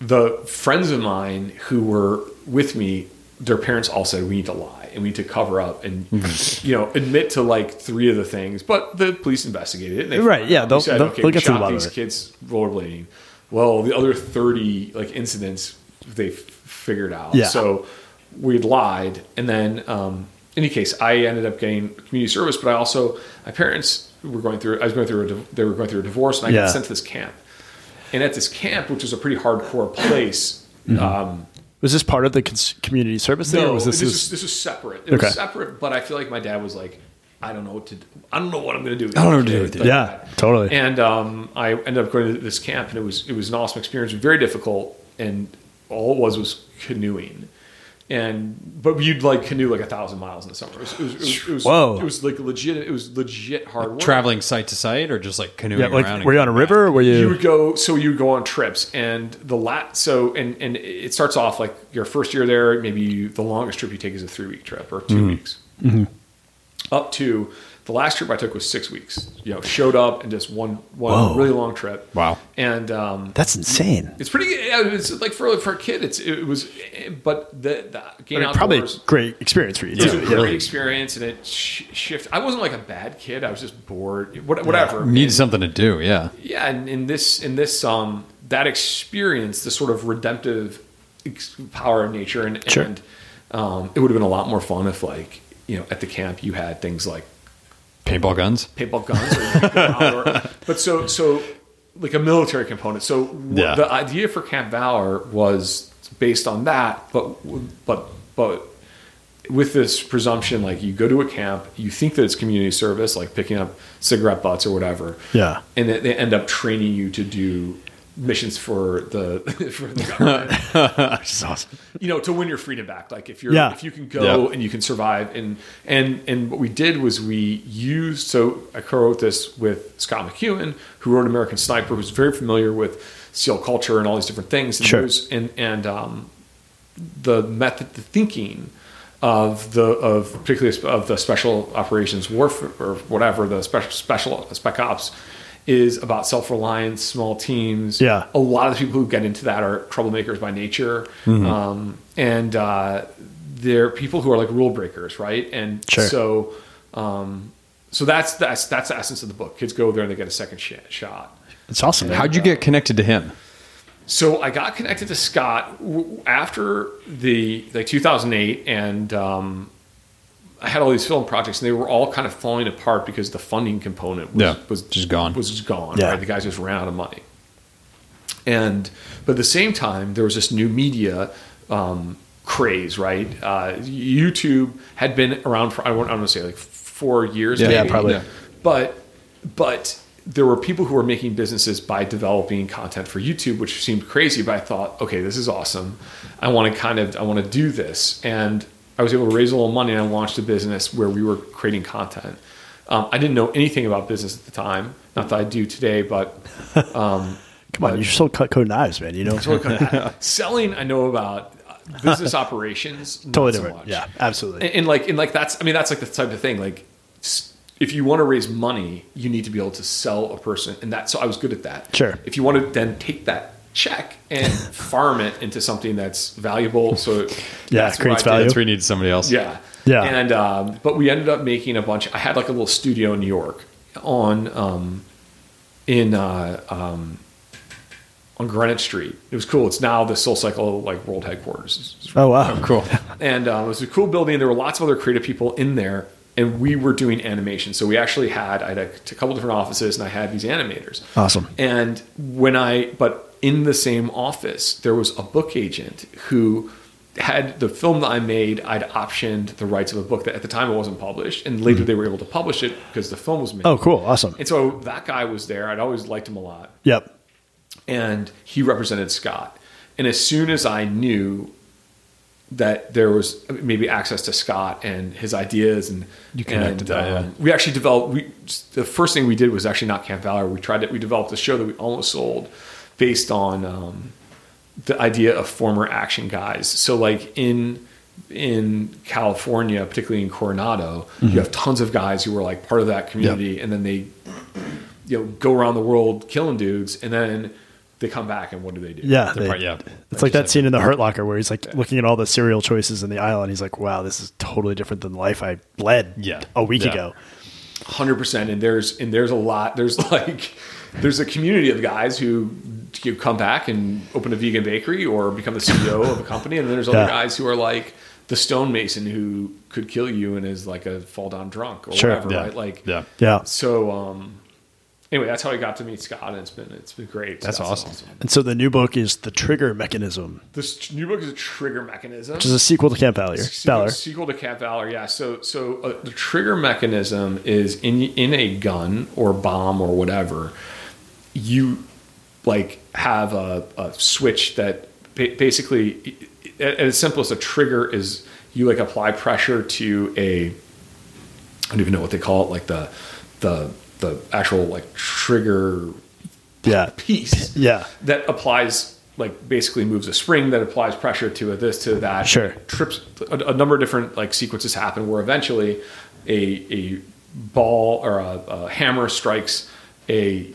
S2: The friends of mine who were with me, their parents all said we need to lie and we need to cover up and
S1: Mm-hmm.
S2: you know admit to like three of the things. But the police investigated it. And they
S1: Right,
S2: found
S1: yeah,
S2: out. We
S1: they'll-
S2: said,
S1: they'll-
S2: okay,
S1: they'll
S2: we
S1: get to the
S2: shot
S1: bottom
S2: these
S1: of it.
S2: kids rollerblading. Well, the other 30 like incidents they f- figured out.
S1: Yeah.
S2: So we lied. And then, um, in any case, I ended up getting community service, but I also, my parents were going through, I was going through, a, div- they were going through a divorce and I
S1: Yeah.
S2: got sent to this camp. And at this camp, which was a pretty hardcore place, um,
S1: Was this part of the cons- community service thing? or was this,
S2: is, this is separate. It
S1: Okay.
S2: was separate, but I feel like my dad was like, I don't know what to, do. I don't know what I'm going to do.
S3: I don't know what to do with you.
S1: Yeah, totally.
S2: And um, I ended up going to this camp, and it was it was an awesome experience, very difficult, and all it was was canoeing. And but you'd like canoe like a thousand miles in the summer. It was, it was, it was, it was,
S1: Whoa.
S2: It was like legit. It was legit hard work.
S3: Traveling site to site or just like canoeing
S1: yeah,
S3: around. and-
S1: like were you on a river? Or were
S2: You
S1: you?
S2: would go, so you would go on trips, and the lat, so and and it starts off like your first year there. Maybe you, the longest trip you take is a three week trip or 2 weeks, up to the last trip I took was six weeks. You know, showed up and just one one
S1: Whoa.
S2: really long trip.
S3: Wow.
S2: And um,
S1: That's insane.
S2: it's pretty. yeah, It's like for for a kid, it's it was, but the, the game
S1: I mean, probably a
S2: outdoors.
S1: great experience for you.
S2: It was
S1: too.
S2: a great experience, and it sh- shift. I wasn't like a bad kid. I was just bored. What- Whatever.
S3: Need something to do. Yeah.
S2: Yeah, and in this in this um that experience, the sort of redemptive ex- power of nature, and,
S1: Sure.
S2: and um, it would have been a lot more fun if like you know at the camp you had things like
S3: Paintball guns.
S2: paintball guns or, you could go out or- but so so like a military component so w-
S3: Yeah.
S2: the idea for camp valor was based on that but but but with this presumption like you go to a camp you think that it's community service like picking up cigarette butts or whatever
S1: Yeah.
S2: and they- they end up training you to do missions for the for the government
S1: Which is awesome.
S2: you know to win your freedom back like if you're
S1: Yeah.
S2: if you can go
S3: Yeah.
S2: and you can survive and and and what we did was we used so i co-wrote this with scott mcewen who wrote american sniper who's very familiar with seal culture and all these different things and
S1: Sure.
S2: those- and and um the method the thinking of the of particularly of the special operations warfare or whatever the special special spec ops is about self reliance, small teams.
S1: Yeah.
S2: a lot of the people who get into that are troublemakers by nature, um, and uh, they're people who are like rule breakers, right? And
S1: Sure.
S2: so, um, so that's that's that's the essence of the book. Kids go there and they get a second sh- shot.
S1: It's awesome. man.
S3: How'd you get connected to him?
S2: So I got connected to Scott w- after the like 2008, and um, I had all these film projects, and they were all kind of falling apart because the funding component was,
S3: Yeah,
S2: was
S3: just gone.
S2: Was just gone.
S1: Yeah.
S2: Right, the guys just ran out of money. And but at the same time, there was this new media um, craze, right? Uh, YouTube had been around for I don't want to say like four years,
S3: Yeah,
S1: yeah,
S2: maybe.
S1: probably. Yeah.
S2: But but there were people who were making businesses by developing content for YouTube, which seemed crazy. But I thought, okay, this is awesome. I want to kind of I want to do this, and I was able to raise a little money and I launched a business where we were creating content. Um, I didn't know anything about business at the time, not that I do today, but
S1: Come on, you sold Cutco knives, man. You know,
S2: selling I know about uh, business operations
S1: totally
S2: not so
S1: different.
S2: much.
S1: yeah, absolutely.
S2: and, and like and like that's I mean that's like the type of thing like s- if you want to raise money you need to be able to sell a person and that so I was good at that
S1: Sure.
S2: if you want to then take that check and farm it into something that's valuable so it-
S1: Yeah,
S2: that's
S1: it creates
S2: what I did.
S1: value.
S3: That's where you need somebody else.
S2: Yeah.
S1: Yeah.
S2: And um, but we ended up making a bunch. I had like a little studio in New York on um, in uh, um, on Greenwich Street. It was cool. It's now the Soul Cycle like world headquarters. It's- it's
S1: Oh wow,
S3: Cool.
S2: and um, it was a cool building. There were lots of other creative people in there, and we were doing animation. So we actually had I had a, a couple different offices, and I had these animators.
S1: Awesome.
S2: And when I but in the same office, there was a book agent who had the film that I made. I'd optioned the rights of a book that at the time it wasn't published, and later they were able to publish it because the film was made.
S1: Mm-hmm. Oh cool, awesome.
S2: And so that guy was there. I'd always liked him a lot
S1: Yep.
S2: and he represented Scott. And as soon as I knew that there was maybe access to Scott and his ideas, and you
S3: connected that, yeah.
S2: we actually developed. We the first thing we did was actually not Camp Valor. We tried to we developed a show that we almost sold based on um, the idea of former action guys. So like in in California, particularly in Coronado,
S3: Mm-hmm.
S2: you have tons of guys who were like part of that community, and then they you know go around the world killing dudes, and then they come back and what do they do?
S1: Yeah,
S3: They're
S1: they-
S3: part- yeah.
S1: It's like that scene in the Hurt Locker where he's like looking at all the cereal choices in the aisle, and he's like, "Wow, this is totally different than the life I led
S3: Yeah.
S1: a week
S3: Yeah.
S1: ago."
S2: hundred percent. And there's and there's a lot. There's like there's a community of guys who you come back and open a vegan bakery or become the CEO of a company, and then there's other
S1: Yeah.
S2: guys who are like the stonemason who could kill you and is like a fall down drunk or
S1: Sure.
S2: whatever,
S3: Yeah.
S2: right? Like
S3: Yeah.
S1: Yeah.
S2: So um, anyway, that's how I got to meet Scott, and it's been it's been great.
S3: That's
S2: Scott's
S3: awesome.
S1: And so the new book is the Trigger Mechanism,
S2: This new book is a trigger mechanism.
S1: which is a sequel to Camp Valor.
S2: Sequel-
S1: Valor.
S2: Sequel to Cat Valor, yeah. So, so uh, the trigger mechanism is in in a gun or bomb or whatever. You like have a, a switch that ba- basically, at, at its simplest, a trigger is you like apply pressure to a. I don't even know what they call it, like the the the actual like trigger
S1: Yeah.
S2: piece
S1: Yeah.
S2: that applies like basically moves a spring that applies pressure to a this to that
S1: Sure.
S2: trips a, a number of different like sequences happen where eventually a a ball or a, a hammer strikes a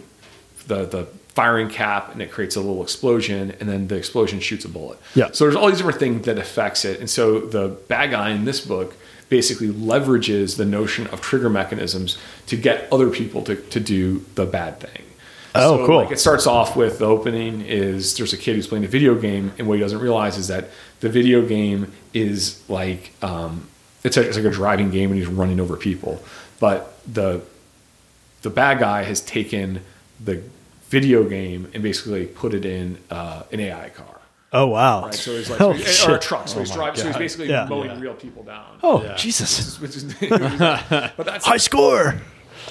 S2: the the firing cap and it creates a little explosion and then the explosion shoots a bullet
S1: Yeah.
S2: so there's all these different things that affects it and so the bad guy in this book basically leverages the notion of trigger mechanisms to get other people to, to do the bad thing
S1: Oh, cool.
S2: like, it starts off with the opening is there's a kid who's playing a video game, and what he doesn't realize is that the video game is like um, it's, like it's like a driving game, and he's running over people. But the the bad guy has taken the video game and basically put it in uh, an AI car.
S1: Oh wow.
S2: Right, so he's like,
S1: oh,
S2: or a
S1: shit.
S2: truck. So he's driving. So he's basically
S1: Yeah.
S2: mowing real people down.
S1: oh Jesus.
S2: Which is, but that's
S1: High score.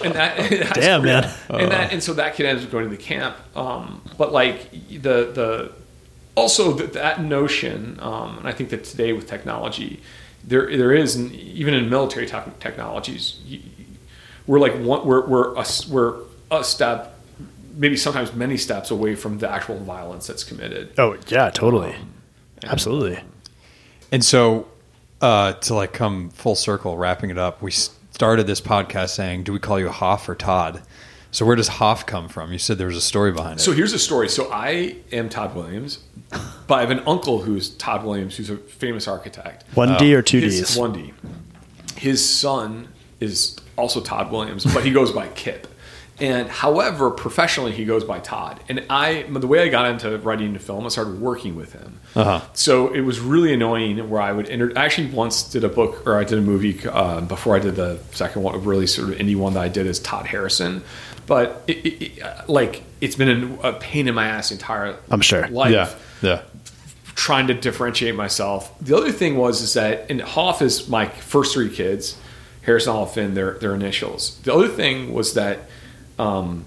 S2: and that and that's
S1: Damn,
S2: pretty-
S1: man.
S2: and that and so that kid ends up going to the camp um, but like the the also that that notion um, and i think that today with technology there there is an- even in military tech technologies you- we're like one we're we're a, s- we're a step maybe sometimes many steps away from the actual violence that's committed
S1: Oh yeah, totally. Absolutely.
S3: And so, uh, to like come full circle, wrapping it up, we s- started this podcast saying, "Do we call you Hoff or Todd?" So where does Hoff come from? You said there was a story behind it.
S2: So here's a story. So I am Todd Williams, but I have an uncle who's Todd Williams, who's a famous architect.
S1: One D or two
S2: His-
S1: Ds.
S2: One D. His son is also Todd Williams, but he goes by Kip. And however, professionally, he goes by Todd. And I, the way I got into writing the film, I started working with him.
S3: Uh-huh.
S2: So it was really annoying where I would enter. I actually once did a book or I did a movie uh, before I did the second one, really sort of indie one that I did is Todd Harrison. But it, it, it, uh, like, it's been an- a pain in my ass the entire
S1: I'm sure.
S2: life
S3: yeah, yeah.
S2: trying to differentiate myself. The other thing was is that and Hoff is my first three kids, Harrison Hoff and their their initials. The other thing was that um,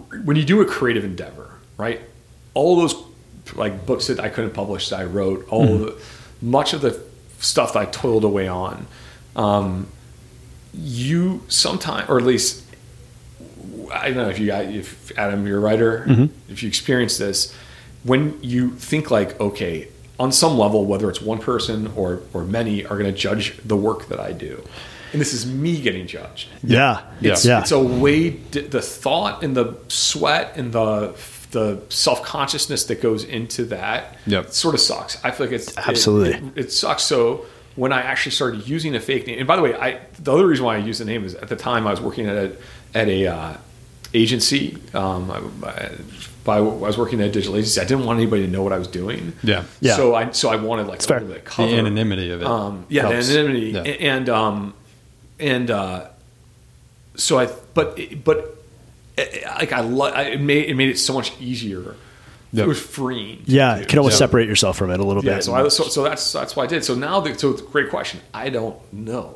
S2: when you do a creative endeavor, right? All those like books that I couldn't publish that I wrote, all the, much of the stuff that I toiled away on, um, you sometimes, or at least I don't know if you got if Adam, you're a writer, if you experience this, when you think like, okay, on some level, whether it's one person or or many are going to judge the work that I do, and this is me getting judged.
S1: Yeah.
S2: It's,
S1: yeah.
S2: it's a way d- the thought and the sweat and the the self consciousness that goes into that
S3: Yep.
S2: sort of sucks. I feel like it's it-
S1: Absolutely.
S2: it, it sucks. So when I actually started using a fake name, and by the way, I the other reason why I used the name is at the time I was working at a at a uh, agency. Um, I, I, by, I was working at a digital agency. I didn't want anybody to know what I was doing.
S3: Yeah.
S1: Yeah.
S2: So I so I wanted like a
S1: fair.
S2: little bit of
S3: The
S2: cover.
S3: anonymity of it.
S2: Um, yeah,
S3: helps.
S2: the anonymity,
S3: Yeah.
S2: A- and um, and uh, so I, but but eh, eh, like I, lo- I it made it made it so much easier.
S3: Yep.
S2: It was freeing. to
S1: Yeah,
S2: do.
S1: you can almost
S3: Yeah.
S1: separate yourself from it a little
S2: yeah.
S1: bit.
S2: So I so, so that's that's what I did. So now, the, so it's a great question. I don't know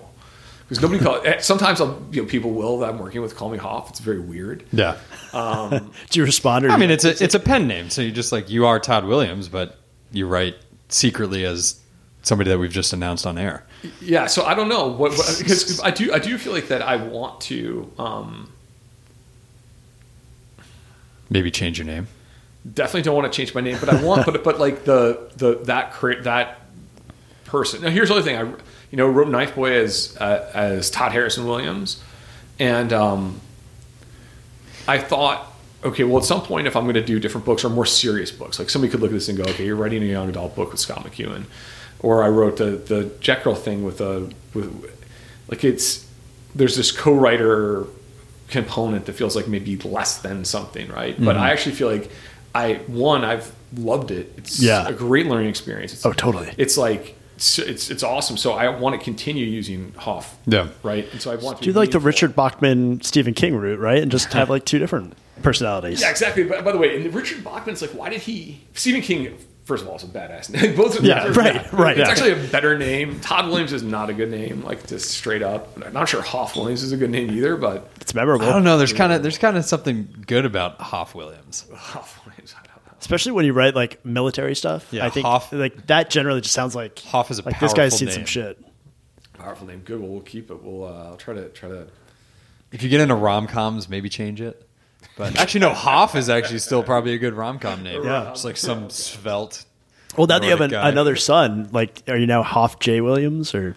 S2: because nobody call. eh, Sometimes I'll, you know, people will that I'm working with call me Hoff. It's very weird.
S3: yeah.
S1: Do you respond? Or
S3: I mean, it's a it's a pen name, so you just like you are Todd Williams, but you write secretly as somebody that we've just announced on air.
S2: Yeah. So I don't know what what- because I do I do feel like that I want to. um
S3: Maybe change your name.
S2: definitely don't want to change my name, but I want, but but like the the that cre- that person. Now here's the other thing. I you know wrote Knife Boy as uh, as Todd Harrison Williams, and um, I thought, okay, well at some point if I'm going to do different books or more serious books, like somebody could look at this and go, okay, you're writing a young adult book with Scott McEwen, or I wrote the the Jet Girl thing with a with like it's there's this co-writer component that feels like maybe less than something, right? But
S1: Mm-hmm.
S2: I actually feel like I one I've loved it. It's
S1: Yeah.
S2: a great learning experience. It's,
S1: Oh, totally.
S2: It's like it's, it's it's awesome. So I want to continue using Hoff.
S3: Yeah.
S2: Right. And so I want to
S1: do
S2: be
S1: like the
S2: meaningful.
S1: Richard Bachman, Stephen King route, right? And just have like two different personalities.
S2: Yeah, exactly. By, by the way, and Richard Bachman's like, why did he? Stephen King, first of all, is a badass. name. Both of them
S1: Yeah,
S2: are
S1: right,
S2: bad.
S1: right,
S2: It's
S1: yeah.
S2: actually a better name. Todd Williams is not a good name, like just straight up. I'm not sure Hoff Williams is a good name either, but
S1: It's memorable.
S3: I don't know. There's kind of there's kind of something good about Hoff Williams.
S2: Hoff Williams, I don't know.
S1: Especially when you write like military stuff.
S3: Yeah,
S1: I think
S3: Hoff-
S1: like that generally just sounds like
S3: Hoff is a
S1: like this guy's
S3: powerful
S1: seen some
S3: name.
S1: shit.
S2: Powerful name. Good. Well, we'll keep it. We'll. Uh, I'll try to try to.
S3: If you get into rom coms, maybe change it. But actually, no. Hoff is actually still probably a good rom com name.
S1: Yeah.
S3: It's like some svelte.
S1: Well, now that you have an,
S3: Nordic guy.
S1: another son, like, are you now Hoff J. Williams or?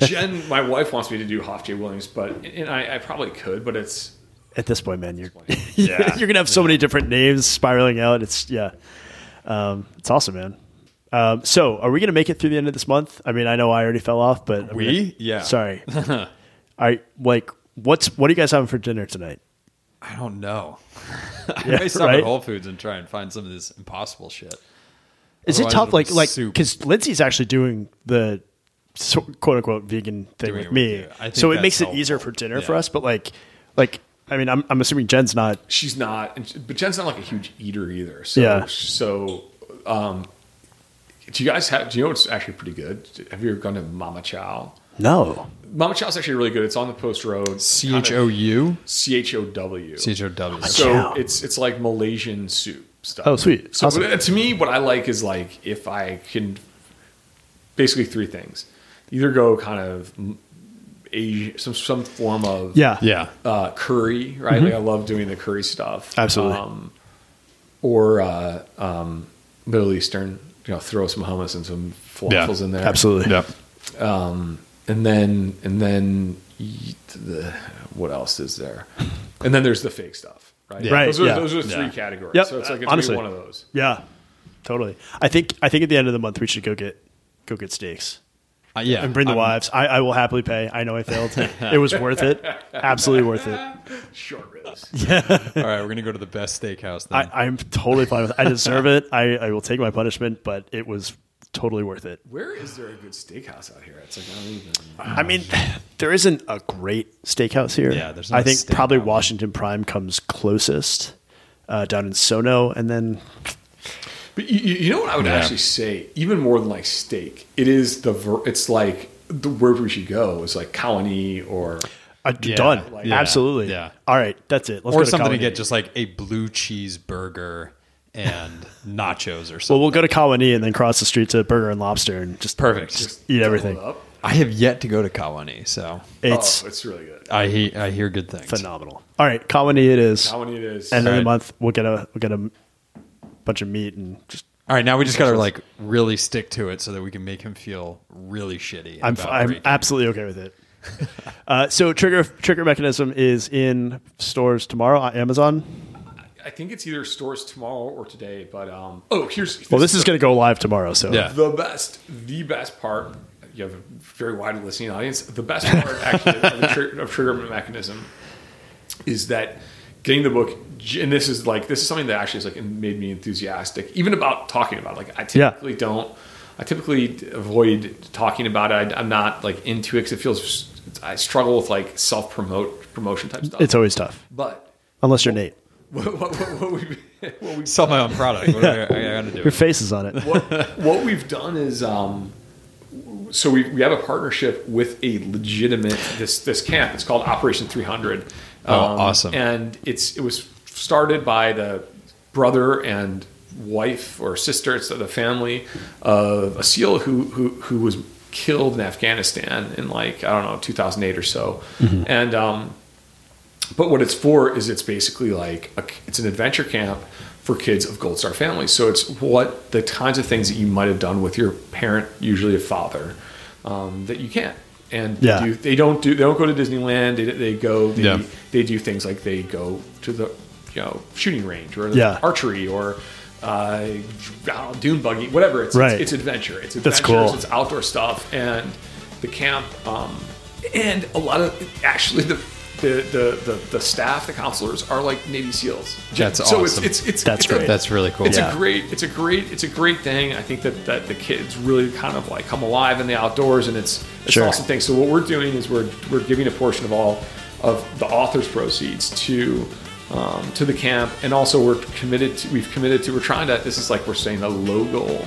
S2: Jen, my wife wants me to do Hoff J. Williams, but and I, I probably could, but it's
S1: At this point, man, you're you're gonna have so many different names spiraling out. It's yeah, um, it's awesome, man. Um, so, are we gonna make it through the end of this month? I mean, I know I already fell off, but I mean,
S3: We? Yeah.
S1: Sorry. All right. Like, what's what are you guys having for dinner tonight?
S3: I don't know.
S1: Yeah,
S3: I may stop
S1: right?
S3: at Whole Foods and try and find some of this impossible shit.
S1: Is it
S3: Otherwise
S1: tough?
S3: it'll
S1: Like,
S3: be
S1: like
S3: Oh, soup.
S1: because Lindsay's actually doing the so, quote unquote vegan thing
S3: Doing
S1: with
S3: it with
S1: me,
S3: you. I think
S1: so it
S3: that's
S1: makes it
S3: helpful.
S1: easier for dinner
S3: Yeah.
S1: for us. But like, like I mean, I'm I'm assuming Jen's not.
S2: she's not, and she- but Jen's not like a huge eater either. So,
S1: Yeah.
S2: So, um, do you guys have? Do you know what's actually pretty good? Have you ever gone to Mama Chow?
S1: No.
S2: Mama Chow's actually really good. It's on the Post Road.
S3: C H O U
S2: C H O W.
S3: C H O W.
S2: So
S1: Chow.
S2: it's it's like Malaysian soup stuff.
S1: Oh, sweet.
S2: So
S1: Awesome.
S2: but, uh, to me, what I like is like if I can, basically three things: either go kind of mm, Asian, some some form of
S1: Yeah.
S3: Yeah.
S2: uh, curry, right? Like I love doing the curry stuff,
S1: Mm-hmm. Absolutely.
S2: um, or uh, um, Middle Eastern. You know, throw some hummus and some falafels
S3: Yeah,
S2: in there,
S1: Absolutely.
S3: Yeah.
S2: and then and then y- the what else is there? And then there's the fake stuff, right?
S1: Right,
S2: Those are,
S1: yeah.
S2: those are the three
S3: Yeah.
S2: categories.
S1: Yep,
S2: So it's like it's
S1: honestly.
S2: honestly one of those.
S1: Yeah, totally. I think I think at the end of the month we should go get go get steaks.
S3: Uh, yeah,
S1: and bring the
S3: I'm-
S1: wives. I, I will happily pay. I know I failed. it was worth it. Absolutely worth it.
S2: Short ribs.
S3: All right, we're gonna go to the best steakhouse. Then.
S1: I, I'm totally fine with. it. I deserve it. I, I will take my punishment, but it was totally worth it.
S2: Where is there a good steakhouse out here? It's like I don't even.
S1: I mean, there isn't a great steakhouse here.
S3: Oh, Yeah, there's not
S1: I
S3: a
S1: think
S3: steakhouse.
S1: probably Washington Prime comes closest uh, down in Sono, and then
S2: But you, you you know what I would
S3: Yeah.
S2: actually say, even more than like steak, it is the ver- it's like the wherever we should go is like colony or
S1: uh,
S3: Yeah,
S1: done.
S3: like- yeah,
S1: Absolutely.
S3: yeah.
S1: All right, that's it. Let's go
S3: or
S1: to
S3: something to
S1: Colony.
S3: get just like a blue cheese burger and nachos or something.
S1: Well, we'll go to Colony and then cross the street to Burger and Lobster and just
S3: Perfect.
S1: just eat everything.
S2: Hold up.
S3: I have yet to go to Kawani, so
S1: It's
S2: oh, it's really good.
S3: I he- I hear good things.
S1: phenomenal. All right, Colony it is.
S2: Colony it is.
S1: End of the
S3: Alright.
S1: month, we'll get a we'll get a bunch of meat and just.
S3: All right, now we just gotta like really stick to it so that we can make him feel really shitty.
S1: I'm
S3: about
S1: I'm
S3: breaking.
S1: absolutely okay with it. uh, so trigger trigger mechanism is in stores tomorrow on Amazon.
S2: I think it's either stores tomorrow or today, but um oh here's
S1: Well, this is going to go live tomorrow, so
S3: Yeah.
S2: the best the best part. You have a very wide listening audience. The best part actually of, the tr- of trigger mechanism is that getting the book and this is like this is something that actually is like made me enthusiastic even about talking about it. like i
S1: Yeah.
S2: typically don't i typically avoid talking about it I, i'm not like into it 'cause it feels i struggle with like self-promote promotion type stuff
S1: it's always tough
S2: but
S1: unless you're Nate.
S2: what, what, what, what we what we
S3: sell my own product. What am I, I gotta do?
S1: Your face is on it.
S2: what, what we've done is um, so we, we have a partnership with a legitimate this this camp. It's called Operation 300.
S3: Oh, awesome.
S2: And it's it was started by the brother and wife or sister, it's the family of a SEAL who who who was killed in Afghanistan in like I don't know 2008 or so,
S3: Mm-hmm.
S2: and um, but what it's for is it's basically like a, it's an adventure camp for kids of Gold Star families. So it's what the kinds of things that you might have done with your parent, usually a father, um, that you can't. And they
S1: Yeah.
S2: do, they don't do they don't go to Disneyland. They, they go they,
S3: Yeah.
S2: they do things like they go to the you know shooting range or
S1: Yeah.
S2: archery or uh, I don't know, dune buggy whatever. It's,
S1: Right.
S2: it's, it's adventure. It's
S1: That's
S2: adventures.
S1: cool.
S2: It's outdoor stuff and the camp um, and a lot of actually the the, the, the the staff the counselors are like navy seals
S3: That's
S2: so
S3: awesome.
S2: it's it's it's
S1: That's
S2: it's
S1: great.
S2: a,
S3: That's really cool.
S2: it's
S1: Yeah.
S2: a great it's a great it's a great thing i think that that the kids really kind of like come alive in the outdoors and it's it's
S1: Sure.
S2: an awesome thing so what we're doing is we're we're giving a portion of all of the author's proceeds to um, to the camp and also we're committed to, we've committed to we're trying to this is like we're saying a low goal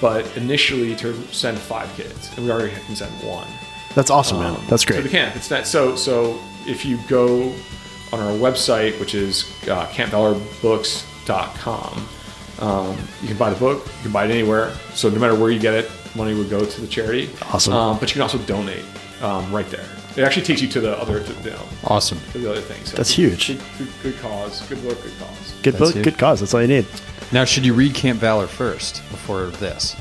S2: but initially to send five kids and we already can send one
S1: That's awesome, man. That's
S2: to the
S1: great.
S2: camp. It's not so so. If you go on our website, which is uh, campdollarbooks.com, um, you can buy the book. You can buy it anywhere. So no matter where you get it, money would go to the charity.
S1: Awesome.
S2: Um, but you can also donate um, right there. It actually takes you to the other to, you know,
S3: Awesome.
S2: to the other thing. So
S1: That's huge.
S2: Good, good, good cause. Good book. Good cause.
S1: Good
S3: That's
S1: book,
S3: huge.
S1: good cause. That's all you need.
S3: Now, should you read Camp Valor first before this?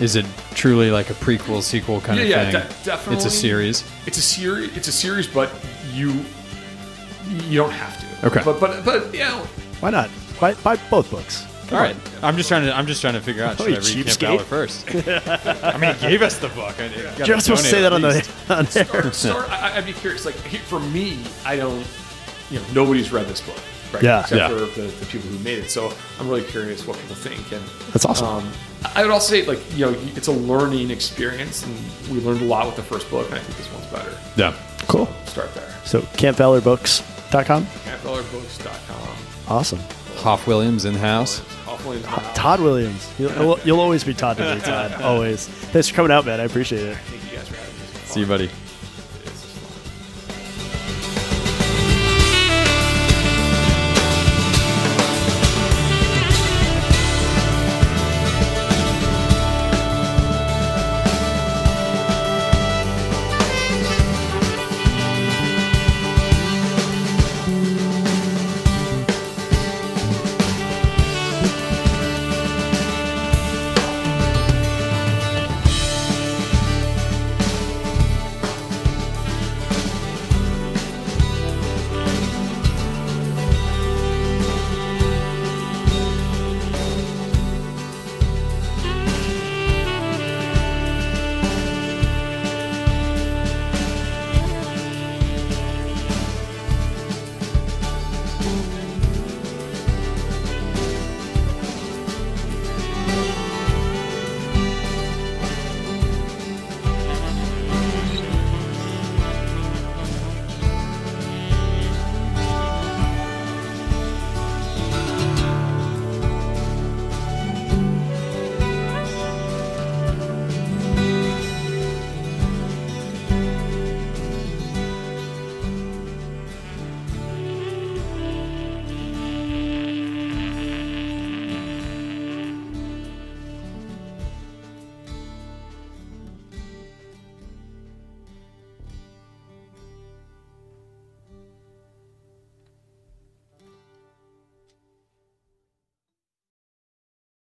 S3: Is it truly like a prequel, sequel kind of
S2: Um. Yeah, yeah,
S3: thing?
S2: de- definitely.
S3: It's a series.
S2: It's a series. It's a series, but you you don't have to.
S3: Okay.
S2: But but but you know.
S1: Why not? Buy, buy both books.
S3: All right. I'm just trying to. I'm just trying to figure out.
S1: Oh,
S3: Should I
S1: you
S3: read Camp
S1: cheapskate.
S3: Valor first? I mean, he gave us the book. I,
S1: You're not supposed to say that on the on air.
S2: start, start I, I'd be curious. Like he- for me, I don't. You know, nobody's read this book, right?
S1: Yeah.
S2: except
S3: Yeah.
S2: for the, the people who made it. So I'm really curious what people think. And
S1: That's awesome.
S2: Um, I would also say, like, you know, it's a learning experience, and we learned a lot with the first book, and I think this one's better.
S3: Yeah.
S1: Cool.
S2: Start there.
S1: So campvallerbooks.com.
S2: Campdollarbooks.com.
S1: Awesome.
S3: Hoff Williams in the house.
S2: Awfully loud.
S1: Todd Williams. You'll, you'll always be Todd to me, Todd. Always. Thanks for coming out, man. I appreciate it.
S2: Thank you guys for having me.
S3: See you, buddy.